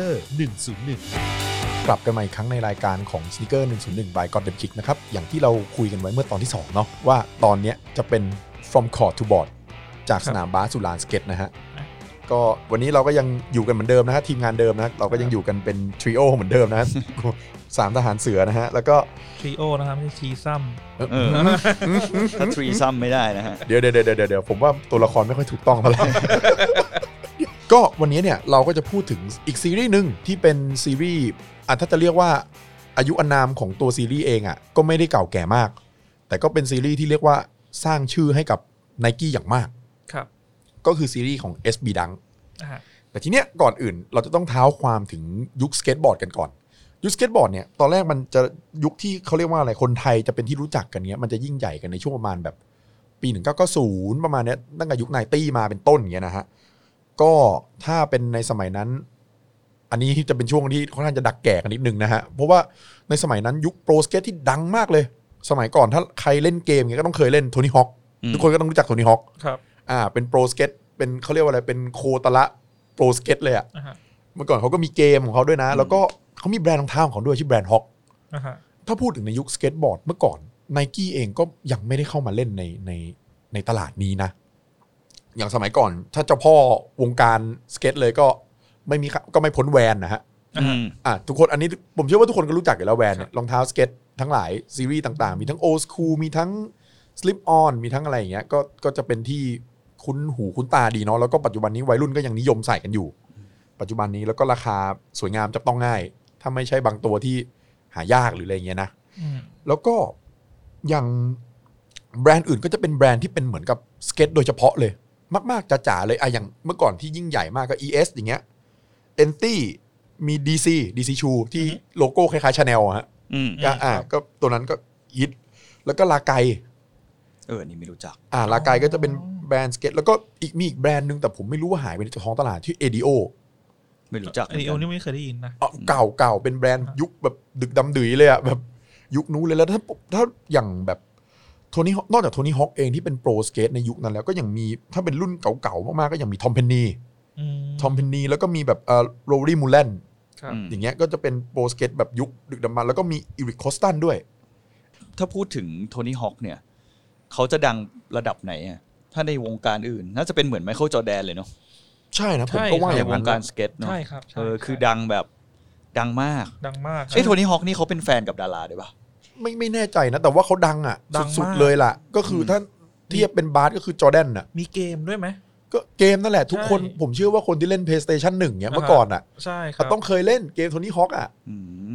101 กลับกันมาอีกครั้งในรายการของ s n e a k e r 101 by God Damn Kick นะครับ อย่างที่เราคุยกันไว้เมื่อตอนที่ 2 เนาะว่าตอนเนี้ยจะเป็น from court to board จาก ครับ สนามบาสสู่ลานสเก็ตนะฮะ ครับ ก็วันนี้เราก็ยังอยู่กันเหมือนเดิมนะฮะ ทีมงานเดิมนะ เราก็ยังอยู่กันเป็นทริโอเหมือนเดิมนะฮ ะ สามทหารเสือนะฮะ แล้วก็ ทริโอนะครับไม่ใช่ทีซัม เอ่อ เออถ้าทรีซัมไม่ได้นะฮะ เดี๋ยวเดี๋ยวเดี๋ยวเดี๋ยวเดี๋ยวผมว่าตัวละครไม่ค่อยถูกต้องเท่าไหร่ ก็วันนี้เนี่ยเราก็จะพูดถึงอีกซีรีส์หนึ่งที่เป็นซีรีส์อ่ะถ้าจะเรียกว่าอายุอานามของตัวซีรีส์เองอ่ะก็ไม่ได้เก่าแก่มาก แต่ก็เป็นซีรีส์ที่เรียกว่าสร้างชื่อให้กับ n i กี้อย่างมาก ครับ ก็คือซีรีส์ของ SB ดัง อ่า แต่ทีเนี้ยก่อนอื่นเราจะต้องเท้าความถึงยุคสเก็ตบอร์ดกันก่อน ยุคสเก็ตบอร์ดเนี่ยตอนแรกมันจะยุคที่เขาเรียกว่าอะไรคนไทยจะเป็นที่รู้จักกันเนี้ยมันจะยิ่งใหญ่กันในช่วงประมาณแบบ ปี 1990 ประมาณเนี้ยตั้งแต่ยุคไนตี้มาเป็นต้นอย่างเงี้ยนะฮะก็ถ้าเป็นในสมัยนั้น อันนี้จะเป็นช่วงที่ค่อนข้างจะดักแก่กันนิดนึงนะฮะเพราะว่าในสมัยนั้นยุคโปรสเกตที่ดังมากเลย สมัยก่อนถ้าใครเล่นเกมเงี้ยก็ต้องเคยเล่นโทนี่ฮอค อืม ทุกคนก็ต้องรู้จักโทนี่ฮอค ครับ อ่าเป็นโปรสเกตเป็นเขาเรียกว่าอะไรเป็นโคตระโปรสเกตเลยอะ่ะ อ่าฮะ เมื่อก่อนเขาก็มีเกมของเขาด้วยนะ อืม แล้วก็เขามีแบรนด์รองเท้าของเขาด้วยชื่อแบรนด์ฮอก อ่าฮะ ถ้าพูดถึงในยุคสเก็ตบอร์ดเมื่อก่อนไนกี้เองก็ยังไม่ได้เข้ามาเล่นในในในตลาดนี้นะ อย่างสมัยก่อนถ้าเจ้าพ่อวงการสเก็ตเลยก็ไม่มีก็ไม่พ้นแวนนะฮะ อ่าฮะ อ่ะทุกคนอันนี้ผมเชื่อว่าทุกคนก็รู้จักอยู่แล้วแวนเนี่ย ครับ รองเท้าสเก็ตทั้งหลายซีรีส์ต่างๆ มีทั้งโอสคูมีทั้งสลิปออนมีทั้งอะไรอย่างเงี้ยก็ก็จะเป็นที่ คุ้นหูคุ้นตาดีเนาะแล้วก็ปัจจุบันนี้วัยรุ่นก็ยังนิยมใส่กันอยู่ ปัจจุบันนี้แล้วก็ราคาสวยงามจับต้องง่าย ถ้าไม่ใช่บางตัวที่หายากหรืออะไรเงี้ยนะ อืม แล้วก็อย่างแบรนด์อื่นก็จะเป็นแบรนด์ที่เป็นเหมือนกับสเก็ตโดยเฉพาะเลย มาก ๆจ๋าๆเลยอะอย่างเมื่อก่อนที่ยิ่งใหญ่มากก็ ES อย่างเงี้ย NT มี DC DC Shoe ที่โลโก้คล้ายๆ Chanel อะฮะ อืม ก็อ่าก็ตัวนั้นก็ฮิตแล้วก็ลาไก เออ นี่ไม่รู้จัก อ่าลากายก็จะเป็นแบรนด์สเก็ต แล้วก็อีกมีอีกแบรนด์หนึ่งแต่ผมไม่รู้ว่าหายไปในท้องตลาดที่เอดีโอ ไม่รู้จัก อันนี้โอนี่ไม่เคยได้ยินนะ ะเก่าเก่าเป็นแบรนด์ยุคแบบดึกดำดื่ยเลยอะแบบยุคนู้นเลยแล้วถ้าถ้าอย่างแบบโทนี่นอกจากโทนี่ฮอคเองที่เป็นโปรสเกตในยุคนั้นแล้วก็ยังมีถ้าเป็นรุ่นเก่าๆมากๆก็ยังมีทอมเพนนี อืม ทอมเพนนีแล้วก็มีแบบเอ่อโรลี่มูลแลน ครับ อืม อย่างเงี้ยก็จะเป็นโปรสเกตแบบยุคดึกดำบรรพ์แล้วก็มีอีริคคอสตันด้วย ถ้าพูดถึงโทนี่ฮอคเนี่ย เขาจะดังระดับไหนอะถ้าในวงการอื่น น่าจะเป็นเหมือนไมเคิลจอร์แดนเลยเนาะ ใช่นะผมก็ว่า ใน อย่าง ว นั้ ง น การ นะ สเก็ตเนาะ ใช่ครับใช่ เออ คือ ใช่ ดังแบบดังมาก ดังมากครับ เอ้โทนี่ฮอคนี่เขาเป็นแฟนกับดาราด้วยปะ ไม่ไม่แน่ใจนะแต่ว่าเขาดังอะ ดังมาก สุดๆเลยล่ะ ก็คือถ้าเทียบเป็นบาสก็คือจอร์แดนอะ มีเกมด้วยไหม ก็เกมนั่นแหละทุกคน ใช่ ผมเชื่อว่าคนที่เล่น PlayStation 1เนี่ย อ่าฮะ เมื่อก่อนอ่ะ ใช่ครั ก็ บ ต้องเคยเล่นเกมโทนี่ฮอคอ่ะ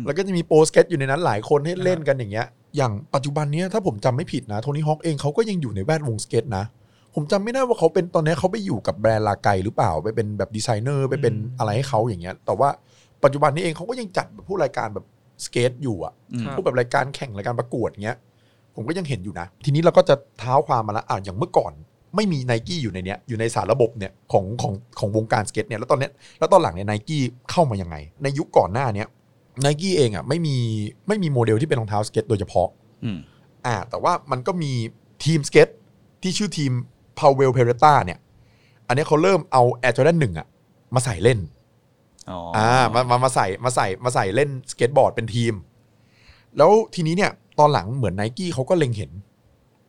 แล้วก็จะมีโปรสเก็ตอยู่ในนั้นหลายคนให้ อ่าฮะ เล่นกันอย่างเงี้ยอย่างปัจจุบันเนี้ยถ้าผมจำไม่ผิดนะโทนี่ฮอคเองเขาก็ยังอยู่ในแวดวงสเก็ตนะ ผมจำไม่ได้ว่าเขาเป็นตอนนี้เขาไปอยู่กับแบรนด์ลาไกหรือเปล่าไปเป็นแบบดีไซเนอร์ไปเป็นอะไรให้เขาอย่างเงี้ยแต่ว่าปัจจุบันนี้เองเขาก็ยังจัดแบบผู้รายการแบบสเกตอยู่อ่ะ ครับ พวกแบบรายการแข่งรายการประกวดเงี้ย ผมก็ยังเห็นอยู่นะ ทีนี้เราก็จะเท้าความมาละอ่าอย่างเมื่อก่อน ไม่มีไนกี้อยู่ในเนี้ยอยู่ในสารระบบเนี่ยของของของวงการสเก็ตเนี่ยแล้วตอนเนี้ยแล้วตอนหลังเนี่ยไนกี้เข้ามายังไง ในยุคก่อนหน้าเนี้ยไนกี้เองอ่ะไม่มีไม่มีโมเดลที่เป็นรองเท้าสเก็ตโดยเฉพาะอ่าแต่ว่ามันก็มีทีมสเก็ตที่ชื่อทีม p o w e l l p e r e t a เนี่ย อันเนี้ยเขาเริ่มเอา Air Jordan หนึ่งอ่ะมาใส่เล่น อ่ามามามาใส่มาใส่มาใส่เล่นสเก็ตบอร์ดเป็นทีม แล้วทีนี้เนี่ยตอนหลังเหมือนไนกี้เขาก็เล็งเห็น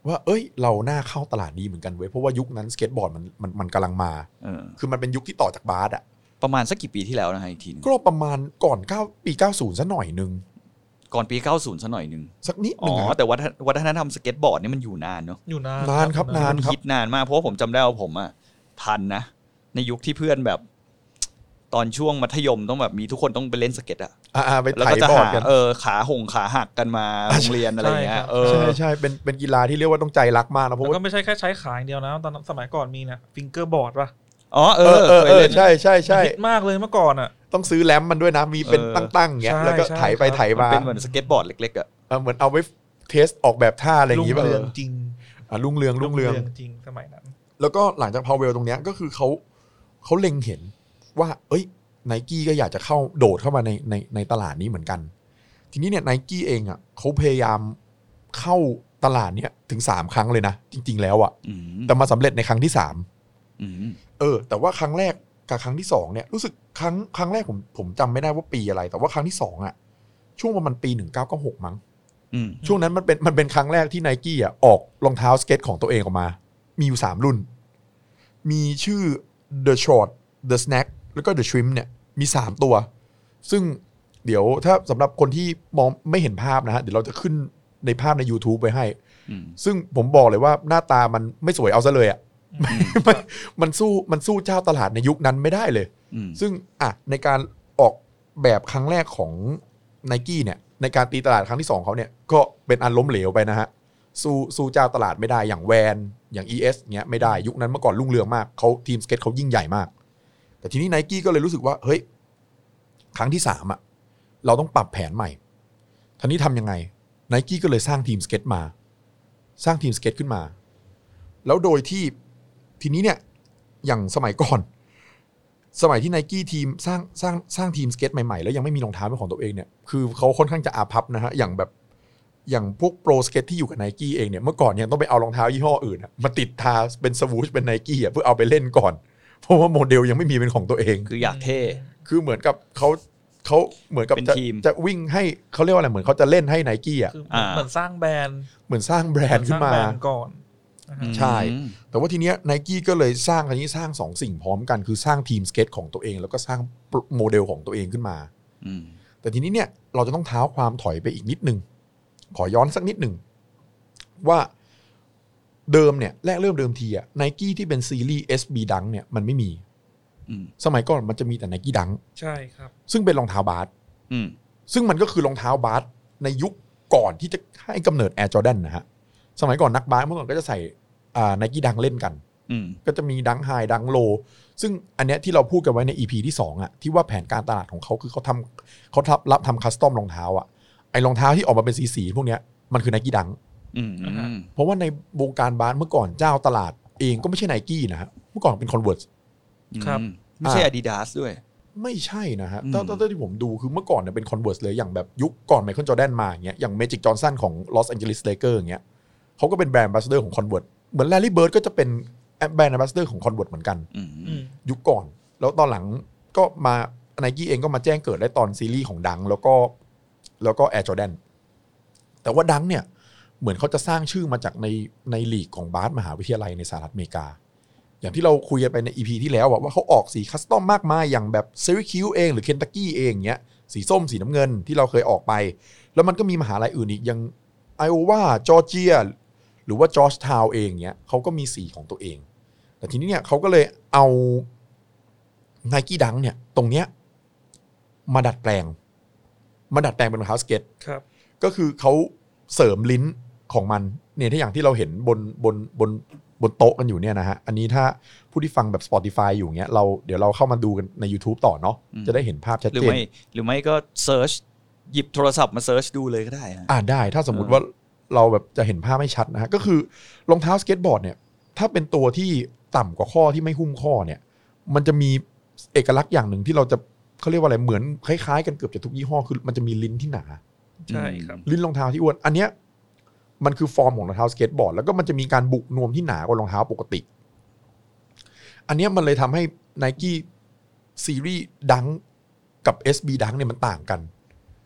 ว่า เอ้ย เราหน้าเข้าตลาดดีเหมือนกันเว้ยเพราะว่ายุคนั้นสเก็ตบอร์ดมันมันมันกำลังมา คือมันเป็นยุคที่ต่อจากบาสอะ ประมาณสักกี่ปีที่แล้วนะฮะอีกทีหนึง ก็ประมาณก่อน9ปี 90ซะหน่อยหนึง ก่อนปี 90ซะหน่อยหนึ่ง สักนิดห อ๋ นึ่ง อ อะ แต่วัฒนวัฒนธรรมสเก็ตบอร์ดนี่มันอยู่นานเนาะ อยู่นาน นานครับนาน คิดนานมากเพราะว่าผมจำได้ว่าผมอ่ะทันนะ ในยุคที่เพื่อนแบบ ตอนช่วงมัธยมต้องแบบมีทุกคนต้องไปเล่นสเก็ตอ่ะ อ่าอ่าไป แล้ว ถ่า ก็ ย จะ บอร์ หา ดกัน เออขาหงขาหักกัน มาโรงเรียนอะไรอย่างเงี้ยเออ ใช่ใช่เป็นเป็นกีฬาที่เรียกว่าต้องใจรักมากนะเพ แล้ว ราะว่า ก็ไม่ใช่แค่ใช้ขาอย่างเดียวนะ ตอนสมัยก่อนมีนะฟิงเกอร์บอร์ดป่ะ อ๋อเอ เอ อ อเออ เค เอย อ เล่น ใช่ใช่ใช่ ฮิตมากเลยเมื่อก่อนอ่ะ ต้องซื้อแรมมันด้วยนะมีเป็น เออ ตั้งๆอย่างเงี้ย ใช่ แล้วก็ ใช่ ไถ่ายไป ครับ ไถ่าย มัน มา เป็นเหมือนสเก็ตบอร์ดเล็กๆอ่ะ เออเหมือนเอาไว้เทสออกแบบท่าอะไรอย่างงี้ป่ะ เรืองจริง อ่ะรุ่งเรืองรุ่งเรือง จริงสมัยนั้น แล้วก็หลังจากพาวเวลตรงเนี้ยก็คือเขาเขาเล็งเห็นว่า เอ้ยไนกี้ก็อยากจะเข้าโดดเข้ามาในในในตลาดนี้เหมือนกัน ทีนี้เนี่ยไนกี้เองอ่ะเขาพยายามเข้าตลาดเนี้ยถึง 3 ครั้งเลยนะ จริง ๆ แล้วอ่ะ อืม แต่มาสำเร็จในครั้งที่ อืม 3 เออ แต่ว่าครั้งแรก กับครั้งที่สองเนี่ยรู้สึกครั้งครั้งแรกผมผมจำไม่ได้ว่าปีอะไร แต่ว่าครั้งที่สองอะช่วงประมาณปีหนึ่งเก้าก็หกมั้ง อืม ช่วงนั้นมันเป็นมันเป็นครั้งแรกที่ไนกี้อ่ะออกรองเท้าสเก็ตของตัวเองออกมา มีอยู่สามรุ่น มีชื่อ The Short The Snack แล้วก็ The Shrimp เนี่ยมีสามตัว ซึ่งเดี๋ยวถ้าสำหรับคนที่มองไม่เห็นภาพนะฮะ เดี๋ยวเราจะขึ้นในภาพใน YouTube ไว้ให้ อืม ซึ่งผมบอกเลยว่าหน้าตามันไม่สวยเอาซะเลยอ่ะ มันมันสู้มันสู้เจ้าตลาดในยุคนั้นไม่ได้เลย อืม ซึ่งอ่ะในการออกแบบครั้งแรกของ n นกี้เนี่ย ในการตีตลาดครั้งที่ 2 เขาเนี่ย ก็เป็นอันล้มเหลวไปนะฮะ สู้สู้เจ้าตลาดไม่ได้อย่างแวนอย่าง ES เงี้ยไม่ได้ยุคนั้นเมื่อก่อนรุ่งเรืองมากเขาทีมสเก็ตเขายิ่งใหญ่มาก แต่ทีนี้ n นกี้ก็เลยรู้สึกว่า เฮ้ย ครั้งที่ 3 อ่ะ เราต้องปรับแผนใหม่ทีนี้ทำยังไง n นกี้ก็เลยสร้างทีมสเก็ตมา สร้างทีมสเก็ตขึ้นมา แล้วโดยที่ทีนี้เนี่ยอย่างสมัยก่อน สมัยที่ไนกี้ทีมสร้างสร้างสร้างทีมสเก็ตใหม่ๆ แล้วยังไม่มีรองเท้าเป็นของตัวเองเนี่ยคือเขาค่อนข้างจะอาพับนะฮะอย่างแบบอย่างพวกโปรสเก็ตที่อยู่กับไนกี้เองเนี่ยเมื่อก่อนยังต้องไปเอารองเท้ายี่ห้ออื่นอะมาติดทาเป็นสวูชเป็นไนกี้อะเพื่อเอาไปเล่นก่อน เพราะว่าโมเดลยังไม่มีเป็นของตัวเอง คืออยากเท่ คือเหมือนกับเขาเขาเหมือนกับ เป็น จะ ทีม จะวิ่งให้เขาเรียกว่าอะไรเหมือนเขาจะเล่นให้ไนกี้อะ คือเห อ่า มือนเหมือนสร้างแบรนด์ เหมือนสร้างแบรนด์ขึ้นมา เหอสร้งแบรด์ก่อนนะฮะ ใช่ แต่ว่าทีเนี้ยไนกี้ก็เลยสร้างคันนี้สร้างสองสิ่งพร้อมกันคือสร้างทีมสเก็ตของตัวเอง แล้วก็สร้างโมเดลของตัวเองขึ้นมา อืม แต่ทีนี้เนี่ยเราจะต้องเท้าความถอยไปอีกนิดหนึ่งขอย้อนสักนิดหนึ่งว่าเดิมเนี่ยแรกเริ่มเดิมทีอะไนกี้ที่เป็นซีรีส์ SB ดังเนี่ยมันไม่มี อืม สมัยก่อนมันจะมีแต่ไนกี้ดัง ใช่ครับ ซึ่งเป็นรองเท้าบาส อืม ซึ่งมันก็คือรองเท้าบาสในยุคก่อนที่จะให้กำเนิด Air Jordan นะฮะสมัยก่อนนักบาสเมื่อก่อนก็จะใส่ไนกี้ดังเล่นกัน อืม ก็จะมีดังไฮดังโล ซึ่งอันเนี้ยที่เราพูดกันไว้ใน EP ที่ 2อ่ะที่ว่าแผนการตลาดของเขาคือเขาทำเขารับรับทำคัสตอมรองเท้าอ่ะไอรองเท้าที่ออกมาเป็นสีสีๆพวกเนี้ยมันคือไนกี้ดัง อืมอืม เพราะว่าในวงการบาสเมื่อก่อนเจ้าตลาดเองก็ไม่ใช่ไนกี้นะฮะเมื่อก่อนเป็นคอนเวิร์ส ครับ ไม่ใช่ อ่า อาดิดาสด้วย ไม่ใช่นะฮะ อืม เท่าที่ผมดูคือเมื่อก่อนเนี่ยเป็นคอนเวิร์สเลยอย่างแบบยุคก่อนไมเคิลจอร์แดนมาอย่างเงี้ยอย่างเมจิกจอห์นสันของลอสแอนเจลิสเลเกอร์อย่างเงี้ยเขาก็เป็นแบรนด์บัสเดอร์ของคอนเวิร์สเหมือนแลรี่เบิร์ดก็จะเป็นแบรนด์บัสเดอร์ของคอนเวิร์สเหมือนกัน อืม อืม ยุคก่อน แล้วตอนหลังก็มาไนกี้เองก็มาแจ้งเกิดได้ตอนซีรีส์ของดัง แล้วก็แล้วก็แอร์จอแดนแต่ว่าดังเนี่ย เหมือนเขาจะสร้างชื่อมาจากในในลีกของบาสมหาวิทยาลัยในสหรัฐอเมริกา อย่างที่เราคุยกันไปในอีพีที่แล้วอะว่าเขาออกสีคัสตอมมากมายอย่างแบบเซริคิวเองหรือเคนตักกี้เองเนี้ยสีส้มสีน้ำเงินที่เราเคยออกไป แล้วมันก็มีมหาลัยอื่นอีกอย่างไอโอวาจอร์เจีย หรือว่าจอร์จทาวเองเนี้ยเขาก็มีสีของตัวเอง แต่ทีนี้เนี่ยเขาก็เลยเอาไนกี้ดังเนี่ย ตรงเนี้ยมาดัดแปลง มาดัดแปลงเป็นรองเท้าสเก็ต ครับ ก็คือเขาเสริมลิ้นของมันเนี่ยถ้าอย่างที่เราเห็นบนบนบนบนโต๊ะกันอยู่เนี่ยนะฮะ อันนี้ถ้าผู้ที่ฟังแบบ Spotify อยู่เงี้ยเราเดี๋ยวเราเข้ามาดูกันใน YouTube ต่อเนาะจะได้เห็นภาพชัด หรือ เจน ไม่หรือไม่ก็เซิร์ชหยิบโทรศัพท์มาเซิร์ชดูเลยก็ได้ฮะ อ่าได้ถ้าสมมุติว่าเราแบบจะเห็นภาพไม่ชัดนะฮะ ก็คือรองเท้าสเก็ตบอร์ดเนี่ย ถ้าเป็นตัวที่ต่ำกว่าข้อที่ไม่หุ้มข้อเนี่ย มันจะมีเอกลักษณ์อย่างหนึ่งที่เราจะเขาเรียกว่าอะไรเหมือนคล้ายๆ กันเกือบจะทุกยี่ห้อคือมันจะมีลิ้นที่หนา ใช่ครับ ลิ้นรองเท้าที่อ้วน อันเนี้ยมันคือฟอร์มของรองเท้าสเก็ตบอร์ด แล้วก็มันจะมีการบุกนวมที่หนากว่ารองเท้าปกติ อันเนี้ยมันเลยทำให้ n i กี้ซีรีส์ดังกับ SB ดังเนี่ยมันต่างกัน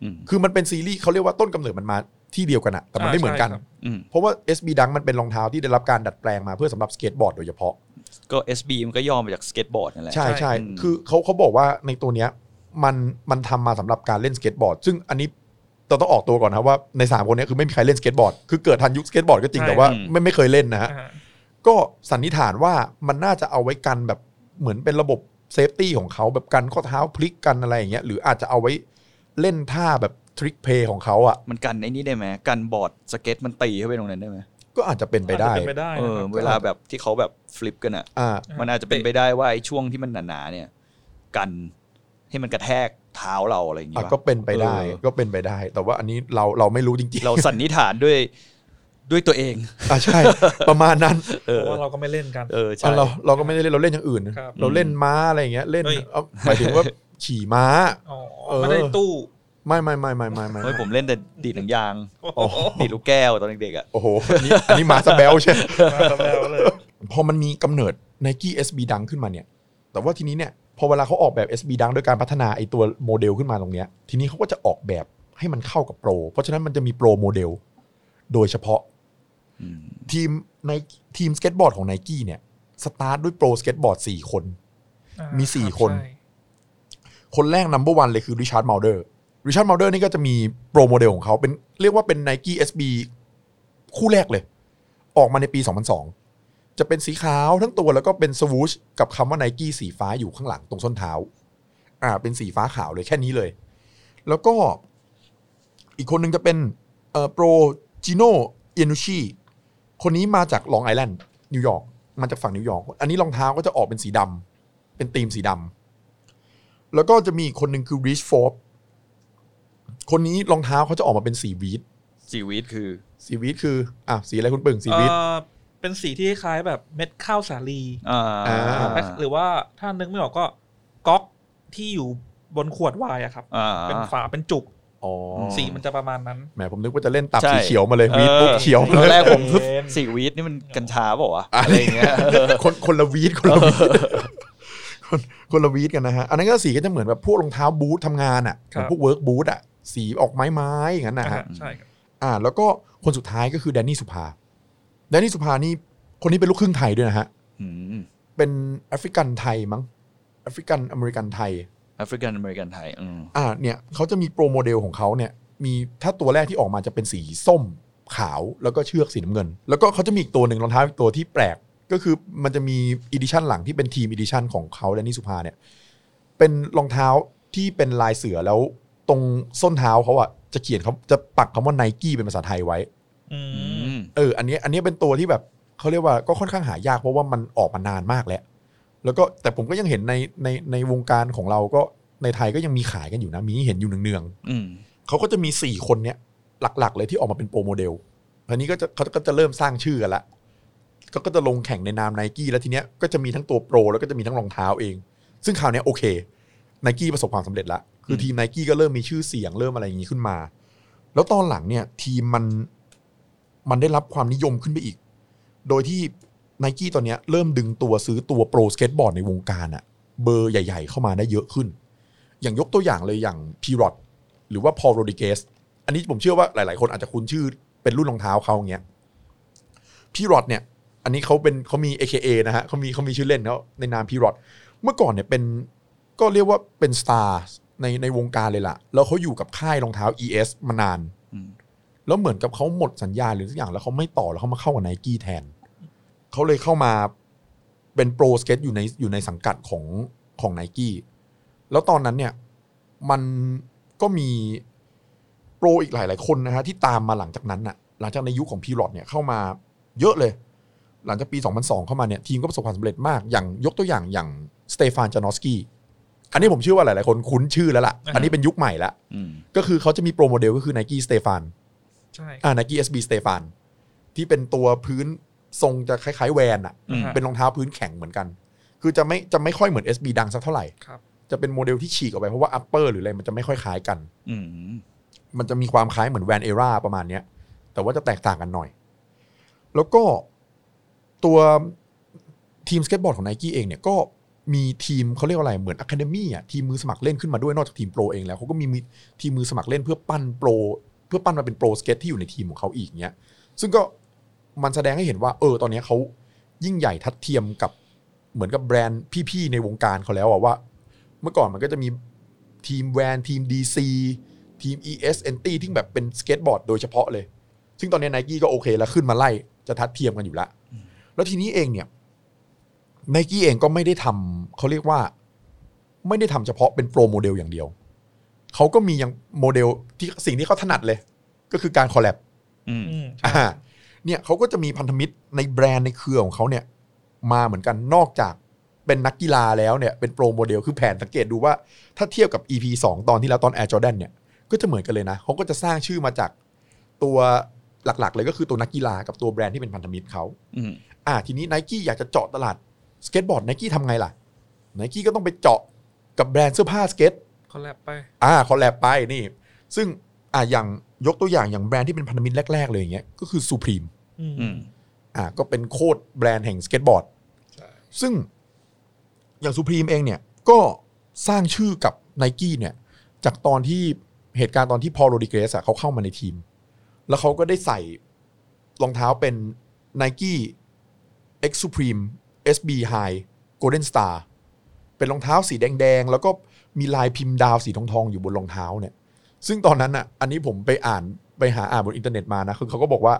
อืม คือมันเป็นซีรีส์เขาเรียกว่าต้นกำเนิดมันมาที่เดียวกันอะแต่มันไม่เหมือนกัน อ่าใช่ครับ อืม เพราะว่า SB ดังมันเป็นรองเท้าที่ได้รับการดัดแปลงมาเพื่อสำหรับสเก็ตบอร์ดโดยเฉพาะ ก็ SB มันก็ย่อมาจากสเก็ตบอร์ดนั่นแหละ ใช่ ใช่ ใช่ อืม คือเขาเขาบอกว่าในตัวเนี้ยมันมันทำมาสำหรับการเล่นสเก็ตบอร์ด ซึ่งอันนี้เราต้องออกตัวก่อนนะครับว่าในสามคนเนี้ยคือไม่มีใครเล่นสเก็ตบอร์ด คือเกิดทันยุคสเก็ตบอร์ดก็จริง ใช่ แต่ว่าไม่ไม่เคยเล่นนะฮะ อ่า ก็สันนิษฐานว่ามันน่าจะเอาไว้กันแบบเหมือนเป็นระบบเซฟตี้ของเขาแบบกันข้อเท้าพลิกกันอะไรอย่างเงี้ย หรืออาจจะเอาไว้เล่นท่าแบบทริคเพย์ของเขาอ่ะ มันกันไอ้นี่ได้ไหมกันบอร์ดสเก็ตมันตีเข้าไปตรงนั้นได้ไหม ก็อาจจะเป็นไปได้ อาจจะเป็นไปได้ เอ นะ อ ครับ เวลาแบบที่เขาแบบฟลิปกันอ่ะ อ่า มันอาจจะเป็นไปได้ว่าไอ้ช่วงที่มันหนาๆเนี่ย กันให้มันกระแทกเท้าเราอะไรอย่างเงี้ อ่ะ ย ก็เป็นไปได้ เออ ก็เป็นไปได้ แต่ว่าอันนี้เราเราไม่รู้จริงๆ เราสันนิษฐานด้วยด้วยตัวเอง อ่ะใช่ ประมาณนั้น เอ เพราะอว่าเราก็ไม่เล่นกัน เออใช่ อ่ะเราเราก็ไม่ได้เล่นเราเล่นอย่างอื่นนะครับ เราเล่นม้าอะไรอย่างเงี้ยเล่น เฮ้ย เอาหมายถึงว่า ขี่ม้า อ๋อ เออ ไม่ได้ตู้ ไม่ไม่ไม่ไม่ไม่ไม่ เฮ้ยผมเล่นแต่ดีดหนังยาง โอ้โห ดีดลูกแก้วตอนเด็กๆอ่ะ โอ้โหอันนี้อันนี้หมาสเปลใช่ไหม มาแล้วเลย พอมันมีกำเนิด n i กี้ SB ดังขึ้นมาเนี่ย แต่ว่าทีนี้เนี่ย พอเวลาเขาออกแบบ SB ดังโดยการพัฒนาไอตัวโมเดลขึ้นมาตรงเนี้ยทีนี้เขาก็จะออกแบบให้มันเข้ากับโปร เพราะฉะนั้นมันจะมีโปรโมเดลโดยเฉพาะ อืม ทีมในทีมสเก็ตบอร์ดของไนกี้เนี่ยสตาร์ทด้วยโปรสเก็ตบอร์ด4คน อ่า มีสี่ รับ คน ใช่ คนแรกนัมเบอร์วันเลยคือริชาร์ดมาลเดอร์ริชาร์ดมาลเดอร์นี่ก็จะมีโปรโมเดลของเขาเป็นเรียกว่าเป็น n i กี้ SB คู่แรกเลย ออกมาในปี 2002 จะเป็นสีขาวทั้งตัวแล้วก็เป็นสวูชกับคำว่า n i กี้สีฟ้าอยู่ข้างหลังตรงส้นเท้า อ่า เป็นสีฟ้าขาวเลยแค่นี้เลย แล้วก็อีกคนหนึ่งจะเป็นเอ่อโปรจิโนเอนุชีคนนี้มาจากลองไอแลนด์นิวยอร์กมาจากฝั่งนิวยอร์กอันนี้รองเท้าก็จะออกเป็นสีดำเป็นธีมสีดำ แล้วก็จะมีอีกคนหนึ่งคือ Rich Forbes คนนี้รองเท้าเขาจะออกมาเป็นสีวีด สีวีดคือ สีวีดคือ อ่ะ สีอะไรคุณปึ่งสีวีด เอ่อเป็นสีที่คล้ายๆแบบเม็ดข้าวสาลี อ่า อ่า หรือว่าถ้านึกไม่ออกก็ก๊อกที่อยู่บนขวดไวน์อะครับ อ่า เป็นฝาเป็นจุก อ๋อ สีมันจะประมาณนั้น แหมผมนึกว่าจะเล่นตับ ใช่ สีเขียวมาเลยวีด เออ ปุ๊บเขียว ต เล อน ย แรกผมพึบ เล่น สีวีดนี่มันกัญชาเปล่าวะ อะไรเงี้ยคนคนละวีดคนละวีดคนคนละวีดกันนะฮะ อันนั้นก็สีก็จะเหมือนแบบพวกรองเท้าบูททำงานอ่ะเหมือนพวกเวิร์กบูทอ่ะ สีออกไม้ๆอย่างนั้นนะ อ่า ฮะ ใช่ครับ อ่าแล้วก็คนสุดท้ายก็คือแดนนี่สุภาแดนนี่สุภานี่คนนี้เป็นลูกครึ่งไทยด้วยนะฮะ อืม เป็นแอฟริกันไทยมั้งแอฟริกันอเมริกันไทย แอฟริกันอเมริกันไทยอืม อ่าเนี่ยเขาจะมีโปรโมเดลของเขาเนี่ยมีถ้าตัวแรกที่ออกมาจะเป็นสีส้มขาวแล้วก็เชือกสีน้ำเงิน แล้วก็เขาจะมีอีกตัวหนึ่งรองเท้าอีกตัวที่แปลก ก็คือมันจะมีอีดิชันหลังที่เป็นทีมอีดิชันของเขาและนิสุภาเนี่ยเป็นรองเท้าที่เป็นลายเสือแล้วตรงส้นเท้าเขาอะจะเขียนเขาจะปักคำว่าไนกี้เป็นภาษาไทยไว้ อื อื ม ม เออ อันเนี้ยอันเนี้ยเป็นตัวที่แบบเขาเรียกว่าก็ค่อนข้างหายากเพราะว่ามันออกมานานมากแล้ว แล้วก็แต่ผมก็ยังเห็นในในในวงการของเราก็ในไทยก็ยังมีขายกันอยู่นะมีให้เห็นอยู่เนือง อืม ๆเขาก็จะมี 4 คนเนี้ยหลักๆ เลยที่ออกมาเป็นโปรโมเดลทีนี้ก็จะเขาก็จะเริ่มสร้างชื่อกันละก็ก็จะลงแข่งในนามไนกี้แล้วทีเนี้ยก็จะมีทั้งตัวโปรแล้วก็จะมีทั้งรองเท้าเอง ซึ่งคราวเนี้ยโอเคไนกี้ประสบความสำเร็จละคือทีมไนกี้ก็เริ่มมีชื่อเสียงเริ่มอะไรอย่างนี้ขึ้นมา แล้วตอนหลังเนี่ยทีมมันมันได้รับความนิยมขึ้นไปอีก โดยที่ไนกี้ตอนเนี้ยเริ่มดึงตัวซื้อตัวโปรสเก็ตบอร์ดในวงการอะเบอร์ใหญ่ๆ เข้ามาได้เยอะขึ้น อย่างยกตัวอย่างเลยอย่างพีรอดหรือว่าพอโรดิเกสอันนี้ผมเชื่อว่าหลายๆ คนอาจจะคุ้นชื่อเป็นรุ่นรองเท้าเขาอย่างเงี้ยพีรอดเนี่ย อันนี้เขาเป็นเขามี AKA นะฮะเขามีเขามีชื่อเล่นเขาในนามพีรอดเมื่อก่อนเนี่ยเป็นก็เรียกว่าเป็นสตาร์ในในวงการเลยล่ะ แล้วเขาอยู่กับค่ายรองเท้า ES มานาน อืม แล้วเหมือนกับเขาหมดสัญญาหรือสักอย่างแล้วเขาไม่ต่อแล้วเขามาเข้ากับไนกี้แทน เขาเลยเข้ามาเป็นโปรสเก็ตอยู่ในอยู่ในสังกัดของของไนกี้แล้วตอนนั้นเนี่ยมันก็มีโปรอีกหลาย ๆ คนนะฮะที่ตามมาหลังจากนั้นน่ะหลังจากในยุคของพีรอดเนี่ยเข้ามาเยอะเลย หลังจากปี 2002 เข้ามาเนี่ยทีมก็ประสบความสำเร็จมาก อย่างยกตัวอย่างอย่างสเตฟานจานอสกี้อันนี้ผมเชื่อว่าหลาย ๆ คนคุ้นชื่อแล้วล่ะ อันนี้เป็นยุคใหม่ละ อืม ก็คือเขาจะมีโปรโมเดลก็คือไนกี้สเตฟาน ใช่ครับ อ่า n นกี้เอสบีสเตฟานที่เป็นตัวพื้นทรงจะคล้าย ๆ แวนอะ อืม ฮะ เป็นรองเท้าพื้นแข็งเหมือนกัน คือจะไม่จะไม่ค่อยเหมือน SB ดังสักเท่าไหร่ ครับ จะเป็นโมเดลที่ฉีกออกไปเพราะว่าอัปเปอร์หรืออะไรมันจะไม่ค่อยคล้ายกัน อืม มันจะมีความคล้ายเหมือนแวนเอราประมาณเนี้ย แต่ว่าจะแตกต่างกันหน่อย แล้วก็ตัวทีมสเก็ตบอร์ดของ n นกี้เองเนี่ยก็มีทีมเขาเรียกว่าอะไรเหมือนอะคาเดมี่อ่ะทีมมือสมัครเล่นขึ้นมาด้วยนอกจากทีมโปรเองแล้วเขาก็มีมีทีมมือสมัครเล่นเพื่อปั้นโปรเพื่อปั้นมาเป็นโปรสเก็ตที่อยู่ในทีมของเขาอีกเนี้ย ซึ่งก็มันแสดงให้เห็นว่า เออ ตอนเนี้ยเขายิ่งใหญ่ทัดเทียมกับเหมือนกับแบรนด์พี่ๆในวงการเขาแล้วอะว่า เมื่อก่อนมันก็จะมีทีมแวนทีม DC ทีม ES n t ที่แบบเป็นสเก็ตบอร์ดโดยเฉพาะเลย ซึ่งตอนเนี้ไนกี้ก็โอเคแล้วขึ้นมาไล่จะทัดเทียมกันอยู่ละแล้วทีนี้เองเนี่ยไนกี้เองก็ไม่ได้ทำเขาเรียกว่า ไม่ได้ทำเฉพาะเป็นโปรโมเดลอย่างเดียวเขาก็มียังโมเดลที่สิ่งที่เขาถนัดเลย ก็คือการคอลแลบ อืม อืมใช่ อ่าเนี่ยเขาก็จะมีพันธมิตรในแบรนด์ในเครือของเขาเนี่ย มาเหมือนกันนอกจากเป็นนักกีฬาแล้วเนี่ยเป็นโปรโมเดลคือแผนสังเกตดูว่าถ้าเทียบกับ EP 2 ตอนที่แล้วตอน Air Jordan เนี่ย ก็จะเหมือนกันเลยนะเขาก็จะสร้างชื่อมาจากตัวหลักๆ เลยก็คือตัวนักกีฬากับตัวแบรนด์ที่เป็นพันธมิตรเขา อืม อ่าทีนี้ไนกี้อยากจะเจาะตลาดสเก็ตบอร์ดไนกี้ทำไงล่ะไนกี้ก็ต้องไปเจาะกับแบรนด์เสื้อผ้าสเก็ต คอลแลบไป อ่าคอลแลบไปนี่ ซึ่งอ่าอย่างยกตัวอย่างอย่างแบรนด์ที่เป็นพันธมิตรแรกๆเลยอย่างเงี้ยก็คือ Supreme อืม อืม อ่ะก็เป็นโคดแบรนด์แห่งสเก็ตบอร์ด ใช่ ซึ่งอย่างซูพรีมเองเนี่ย ก็สร้างชื่อกับไนกี้เนี่ย จากตอนที่เหตุการณ์ตอนที่พอโรดิเกรสอะเขาเข้ามาในทีม แล้วเขาก็ได้ใส่รองเท้าเป็น n i กี้ X Supreme SB High Golden Star เป็นรองเท้าสีแดง ๆ แล้วก็มีลายพิมพ์ดาวสีทองๆอยู่บนรองเท้าเนี่ย ซึ่งตอนนั้นอ่ะ อันนี้ผมไปอ่านไปหาอ่านบนอินเทอร์เน็ตมานะ คือเขาก็บอกว่า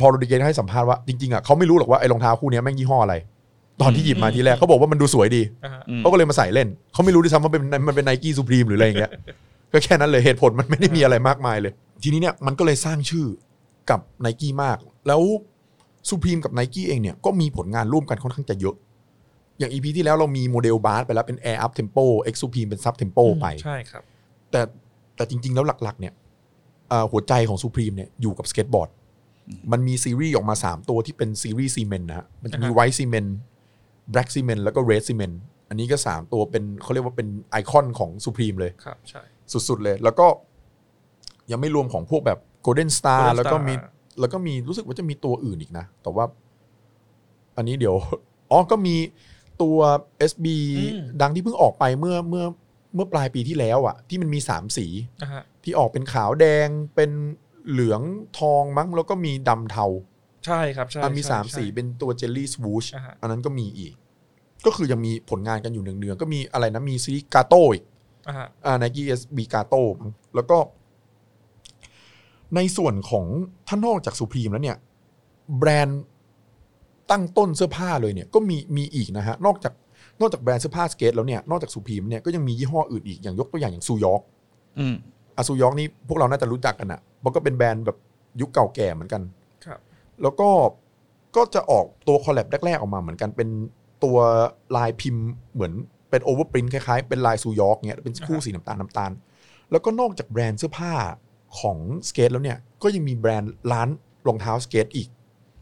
พอโรดิเกนให้สัมภาษณ์ว่า จริง ๆ อ่ะเขาไม่รู้หรอกว่าไอ้รองเท้าคู่เนี้ยแม่งยี่ห้ออะไร ตอนที่หยิบมาทีแรกเขาบอกว่ามันดูสวยดี อ่าฮะ อืม เขาก็เลยมาใส่เล่น เขาไม่รู้ด้วยซ้ำว่าเป็นมันเป็นไนกี้ซูพรีมหรืออะไรอย่างเงี้ย ก็แค่นั้นเลยเหตุผลมันไม่ได้มีอะไรมากมายเลย ทีนี้เนี่ยมันก็เลยสร้างชื่อกับไนกี้มาก แล้วซูพรีมกับไนกี้เองเนี่ยก็มีผลงานร่วมกันค่อนข้างจะเยอะ อย่างอีพีที่แล้วเรามีโมเดลบาร์ไปแล้วเป็น Air Up Tempo X Supreme เป็น Sub Tempo ไป ใช่ครับ แต่แต่จริง ๆ แล้วหลัก ๆ เนี่ยเอ่อหัวใจของซูพรีมเนี่ยอยู่กับสเก็ตบอร์ด มันมีซีรีส์ออกมา 3 ตัวที่เป็นซีรีส์ซีเมนต์นะฮะ มันจะมี อ่าฮะ ไวท์ซีเมนต์แบล็กซีเมนต์แล้วก็เรดซีเมนต์อันนี้ก็ 3 ตัวเป็นเขาเรียกว่าเป็นไอคอนของซูพรีมเลย ครับใช่ สุด ๆ เลย แล้วก็ยังไม่รวมของพวกแบบโกลเด้นสตาร์ Golden แล้วก็มี Star แล้วก็มีรู้สึกว่าจะมีตัวอื่นอีกนะ แต่ว่า อันนี้เดี๋ยว อ๋อ ก็มีตัว SB อืม ดังที่เพิ่งออกไปเมื่อเมื่อเมื่อปลายปีที่แล้วอะที่มันมี 3 สี อ่าฮะ ที่ออกเป็นขาวแดงเป็นเหลืองทองมั้ง แล้วก็มีดำเทา ใช่ครับใช่ อ่ะมี ใช่ สาม ใช่ สีเป็นตัวเจลลี่สวูช อ่าฮะ อันนั้นก็มีอีก ก็คือยังมีผลงานกันอยู่เนืองๆก็มีอะไรนะ มีซีรีส์กาโต้อีก อ่าฮะ อ่าไนกี้เอสบีกาโต้แล้วก็ ในส่วนของถ้านอกจากสุพรีมแล้วเนี่ย แบรนด์ตั้งต้นเสื้อผ้าเลยเนี่ยก็มีมีอีกนะฮะ นอกจากนอกจากแบรนด์เสื้อผ้าสเกตแล้วเนี่ยนอกจากสุพรีมเนี่ยก็ยังมียี่ห้ออื่นอีกอย่างยกตัวอย่างอย่างซูยอร์ก อืม อาซูยอกนี่พวกเราน่าจะรู้จักกันอะมันก็เป็นแบรนด์แบบยุคเก่าแก่เหมือนกัน ครับ แล้วก็ก็จะออกตัวคอลแลบแรกๆออกมาเหมือนกัน เป็นตัวลายพิมพ์เหมือนเป็นโอเวอร์ปรินคล้ายๆ เป็นลายซูยอกเนี่ยเป็นคู่สีน้ำตาลน้ำตาล แล้วก็นอกจากแบรนด์เสื้อผ้าของสเกตแล้วเนี่ย ก็ยังมีแบรนด์ร้านรองเท้าสเกตอีก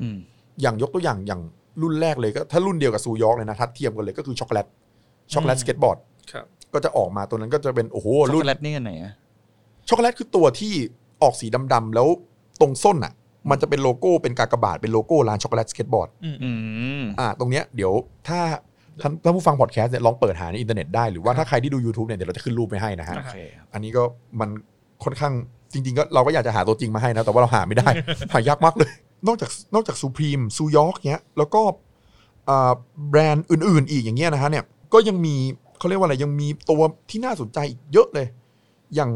อืม อย่างยกตัวอย่างอย่างรุ่นแรกเลยก็ถ้ารุ่นเดียวกับซูยอกเลยนะทัดเทียมกันเลยก็คือช็อกโกแลตช็อกโกแลตสเก็ตบอร์ด ครับ ก็จะออกมาตัวนั้นก็จะเป็นโอ้โห ช็อก รุ่ โก น แลตนี่อันไหนอะ ช็อกโกแลตคือตัวที่ออกสีดำๆแล้วตรงส้นอ่ะ มันจะเป็นโลโก้เป็นกากบาทเป็นโลโก้ร้านช็อกโกแลตสเก็ตบอร์ด อืม อืม อ่าตรงเนี้ยเดี๋ยวถ้าท่านท่านผู้ฟังพอดแคสต์เนี่ยลองเปิดหาในอินเทอร์เน็ตได้ หรือว่า ครับ ถ้าใครที่ดู YouTube เนี่ยเดี๋ยวเราจะขึ้นรูปไปให้นะฮะ อ่า โอเค อันนี้ก็มันค่อนข้างจริง ๆ ก็เราก็อยากจะหาตัวจริงมาให้นะ แต่ว่าเราหาไม่ได้ หายากมากเลย นอกจากนอกจากซูพรีมซูยอร์กเนี้ยแล้วก็อ่าแบรนด์อื่น ๆ อีกอย่างเงี้ยนะฮะเนี่ยก็ยังมีเขาเรียกว่าอะไรยังมีตัวที่น่าสนใจอีกเยอะเลย อย่าง